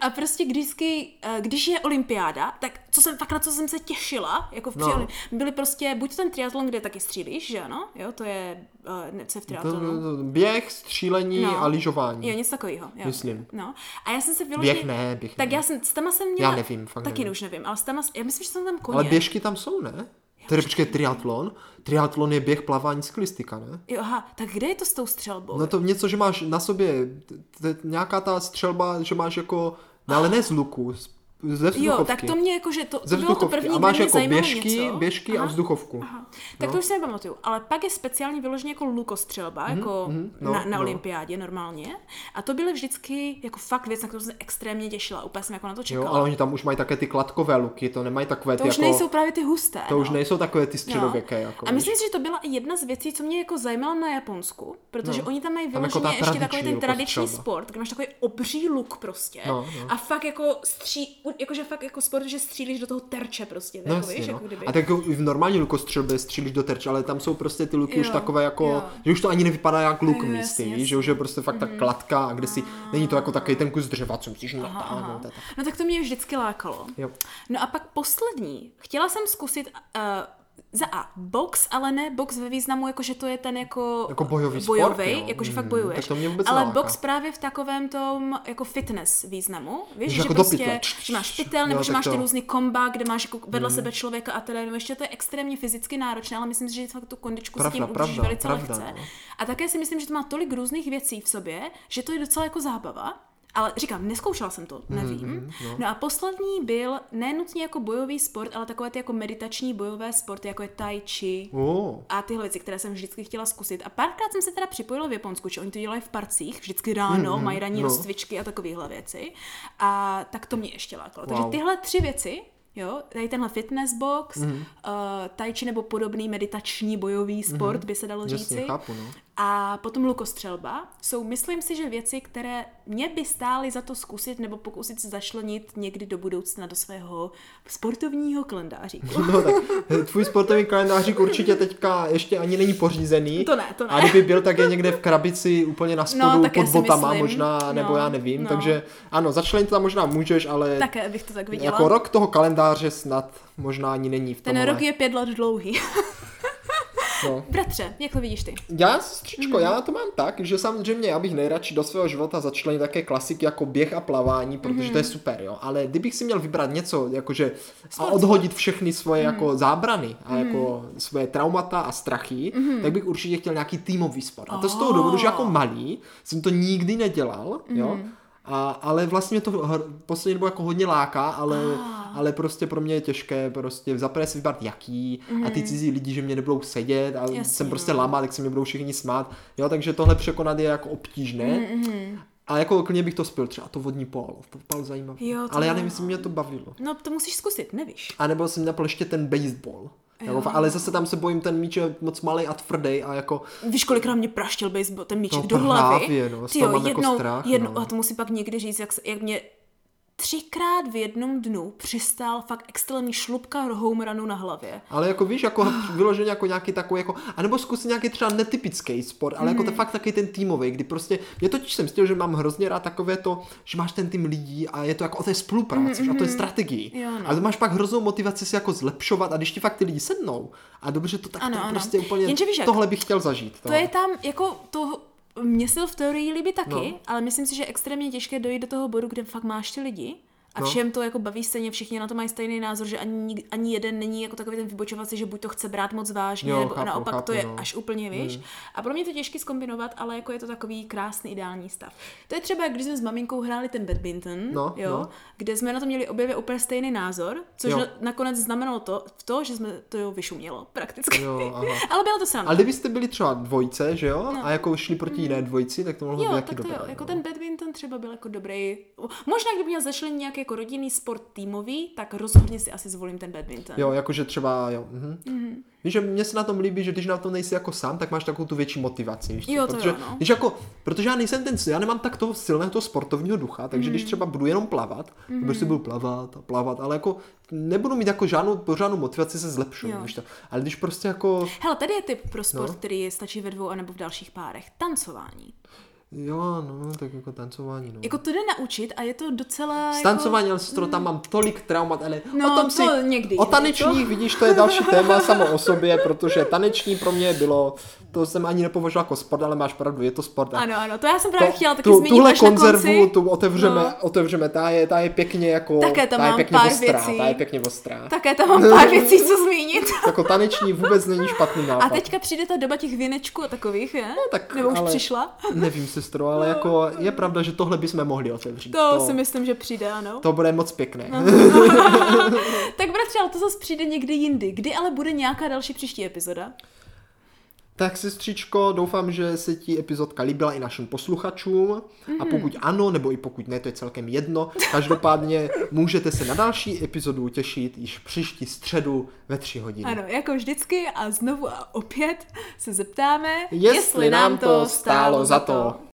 A prostě vždycky, eh, když je olympiáda, tak co jsem fakt na co jsem se těšila, jako v
No.
no. byly prostě buď ten triatlon, kde taky střílíš, že ano, jo, to je, eh, ne, co je v
To,
triatlonu?
to, to, běh, střílení
No.
a lyžování.
Jo, něco takového. Jo.
Myslím.
No. A já jsem se vyloženě...
Běh ne, běh
Tak
ne.
já jsem, s tama jsem měla...
Já nevím, fakt
Taky
nevím.
už nevím, ale s tama, já myslím, že jsem tam koně.
Ale běžky tam jsou, ne? Tedy počkej, triatlon. Triatlon je běh, plavání, cyklistika, ne?
Jo, aha, tak kde je to s tou střelbou?
No to něco, že máš na sobě t- t- nějaká ta střelba, že máš jako, no ale ne z luku, z- ze vzduchovky.
jo, tak to mě jako, že to,
ze
to bylo to
vzduchovky.
první,
a máš
kde mě
jako
zajímalo
běžky,
něco.
běžky a no. vzduchovku.
Aha. Tak to už si nepamatuju, ale pak je speciálně vyloženě jako lukostřelba, jako
no,
na, na
no.
olympiádě normálně. A to byly vždycky jako fakt věc, na kterou jsem se extrémně těšila, úplně jsem jako na to
Jo,
čekala.
ale oni tam už mají také ty kladkové luky, to nemají takové
to
ty
už
jako,
nejsou právě ty husté.
to
no.
už nejsou takové ty
No.
středověké. Jako,
a myslím si, že to byla i jedna z věcí, co mě jako zajímalo na Japonsku, protože
No.
no. oni tam mají
Tam jako
vyloženě
ta
ještě takový
tradiční
ten tradiční
lukostřelba.
sport, kde máš takový obří luk prostě
No, no.
a fakt jako stří, u- jakože fakt jako sport, že střílíš do toho terče prostě,
No,
jako,
jasně,
víš,
no.
jako kdyby.
A tak jako i v normální lukostřelbě střílíš do terče, ale tam jsou prostě ty luky už
Jo,
takové jako,
jo.
že už to ani nevypadá jak luk
Jo,
místy,
jasně, Mhm.
víš, že už je prostě fakt ta kladka a kde si, není to jako takový ten kus dřeva, co musíš natáhnout. a tak.
No tak to mě vždycky lákalo.
Jo.
No a pak poslední. Chtěla jsem zkusit uh, za A box, ale ne box ve významu, jako že to je ten jako,
Jako bojový sport, jo.
jako že fakt
Mm,
bojuješ.
tak to mě vůbec
ale
neláká.
box právě v takovém tom jako fitness významu. Víš,
Že
že
jako do pytle.
prostě, že máš pytel, nebo
Jo,
že
tak
máš ty
to- Hmm.
různý komba, kde máš jako vedle sebe člověka a tedy, ještě to je extrémně fyzicky náročné, ale myslím si, že fakt tu kondičku
Pravda,
s tím udržíš
pravda,
velice
pravda,
lehce.
no.
A také si myslím, že to má tolik různých věcí v sobě, že to je docela jako zábava. Ale říkám, neskoušela jsem to,
Mhm,
nevím. no. no a poslední byl nenutně jako bojový sport, ale takové ty jako meditační bojové sporty, jako je tai chi
Oh.
a tyhle věci, které jsem vždycky chtěla zkusit. A párkrát jsem se teda připojila v Japonsku, že oni to dělají v parcích, vždycky ráno,
Mm, mm,
mají
no.
ranní no. rozcvičky a takovéhle věci. A tak to mě ještě lákalo.
Wow.
Wow. Takže tyhle tři věci, jo, tady tenhle fitness box, mm.
Mhm.
uh, tai chi nebo podobný meditační bojový sport, by se dalo říci.
Mhm. Jasně, chápu, no.
A potom lukostřelba jsou, myslím si, že věci, které mě by stály za to zkusit nebo pokusit se začlenit někdy do budoucna do svého sportovního kalendáříku.
No tak tvůj sportovní kalendářík určitě teďka ještě ani není pořízený.
To ne, to ne.
A kdyby byl, tak je někde v krabici úplně na spodu
No, tak já
pod
si
botama
myslím.
možná, nebo
No,
já nevím.
no.
Takže ano, začlen to tam možná můžeš, ale
Také bych to tak viděla.
jako rok toho kalendáře snad možná ani není v tom.
Ten rok je pět let dlouhý.
No.
Bratře, jak to vidíš ty?
Já, sestřičko, já to mám tak, že samozřejmě já bych nejradši do svého života začlenil také klasiky jako běh a plavání, protože to je super, jo. Ale kdybych si měl vybrat něco, jakože a odhodit všechny svoje jako zábrany a jako svoje traumata a strachy, tak bych určitě chtěl nějaký týmový sport. A to z toho důvodu, že
No.
jako malý jsem to nikdy nedělal, jo.
Mhm.
A, ale vlastně mě to hr- poslední dobou jako hodně láká, ale,
Ah.
ale prostě pro mě je těžké prostě zaprvé si vybrat jaký a ty cizí lidi, že mě nebudou sedět a
Mhm. Jasně,
jsem
no.
prostě lama, tak se mě budou všichni smát. Jo, takže tohle překonat je jako obtížné.
Mhm,
A jako klidně bych to spil, třeba to vodní polo, to palo zajímavé.
Jo, to
Ale já
jo,
nevím,
no.
jestli mě to bavilo.
No, to musíš zkusit, nevíš.
A nebo jsem napil ještě ten baseball. Jako, fa- ale zase tam se bojím, ten míč je moc malý a tvrdý a jako
Víš, kolikrát mě praštil baseball, ten míček
To
do hlavy.
právě, no, z toho
Tyjo,
mám jako
jednou,
strach,
jednou,
no.
a to musí pak někdy říct, jak, se- jak mě třikrát v jednom dnu přistál fakt extrémní šlupka home runu na hlavě.
Ale jako víš, jako vyloženě jako nějaký takový, jako, anebo zkus nějaký třeba netypický sport, ale
Hmm.
jako to fakt taky ten týmový, kdy prostě, mě totiž jsem stěl, že mám hrozně rád takové to, že máš ten tým lidí a je to jako o té spolupráci, mm, a to je strategii.
Hmm, Jo, no.
A máš pak hroznou motivaci si jako zlepšovat a když ti fakt ty lidi sednou a dobře to tak
Ano,
to
ano.
prostě úplně,
Jenže víš jak-
tohle bych chtěl zažít.
To je tam, jako to, mně se to v teorii líbí taky,
No.
no. ale myslím si, že je extrémně těžké dojít do toho bodu, kde fakt máš ty lidi a
No.
všem to jako baví stejně, všichni na to mají stejný názor, že ani, nik- ani jeden není jako takový ten vybočovací, že buď to chce brát moc vážně,
Jo,
nebo
chápu,
naopak
chápu,
to je
no.
až úplně, víš. A pro mě je to těžké skombinovat, ale jako je to takový krásný ideální stav. To je třeba, jak když jsme s maminkou hráli ten badminton,
No,
jo,
no.
kde jsme na to měli obě dvě úplně stejný názor, což
Jo.
na, nakonec znamenalo to, to, že jsme to jo, vyšumělo prakticky.
Jo, aha.
ale bylo to sranda.
Ale kdybyste byli třeba dvojice, že jo, a jako šli proti jiné dvojici, tak to mohlo být
No. Jo,
taky
tak to
dobré.
jo. Jako
no.
ten badminton třeba byl jako dobrý. Možná kdyby měl začlen nějaký jako rodinný sport týmový, tak rozhodně si asi zvolím ten badminton.
Jo, jakože třeba, jo. Mhm. Mm-hmm. Víš, že mně se na tom líbí, že když na tom nejsi jako sám, tak máš takovou tu větší motivaci. Víš, co?
Jo, to
protože,
jo, no.
když jako, protože já nejsem ten, já nemám tak toho silného toho sportovního ducha, takže mm-hmm.
Mhm.
když třeba budu jenom plavat, mm-hmm. nebo si budu plavat a plavat, ale jako nebudu mít jako žádnou pořádnou motivaci se zlepšovat.
Jo.
Víš to? Ale když prostě jako,
Hele, tady je typ pro sport,
No.
no. který stačí ve dvou anebo v dalších párech. Tancování.
jo, no, tak jako tancování, no.
Jako to jde naučit a je to docela... jako-
Z tancování, ale stro, tam mám tolik traumat, ale
No,
o tom
to
si,
někdy,
o
víš
tanečních, vidíš, to je další téma samo o sobě, protože taneční pro mě bylo, to jsem ani nepovažoval jako sport, ale máš pravdu, je to sport.
Jako... Ano, ano, to já jsem právě chtěla taky
tu,
zmínit
tuhle
až na
konzervu
konci.
tu otevřeme,
No.
otevřeme ta, je, ta je pěkně jako,
Také tam
ta je
mám
pěkně
pár
ostrá,
věcí.
ta je pěkně ostrá.
Také tam mám pár věcí, co zmínit.
Jako taneční vůbec není špatný nápad.
A teďka přijde ta doba těch věnečků a takových, je? No,
tak
Nebo už
ale-
přišla?
Nevím, sestro, ale jako je pravda, že tohle bychom mohli otevřít.
To, si No. myslím, že přijde, ano.
to bude moc pěkné.
Tak bratře, ale to zase přijde někdy jindy. Kdy ale bude nějaká další příští epizoda?
Tak sestřičko, doufám, že se ti epizodka líbila i našim posluchačům a pokud ano, nebo i pokud ne, to je celkem jedno. Každopádně můžete se na další epizodu těšit již příští středu ve tři hodiny.
Ano, jako vždycky a znovu a opět se zeptáme,
Jestli nám to stálo za to.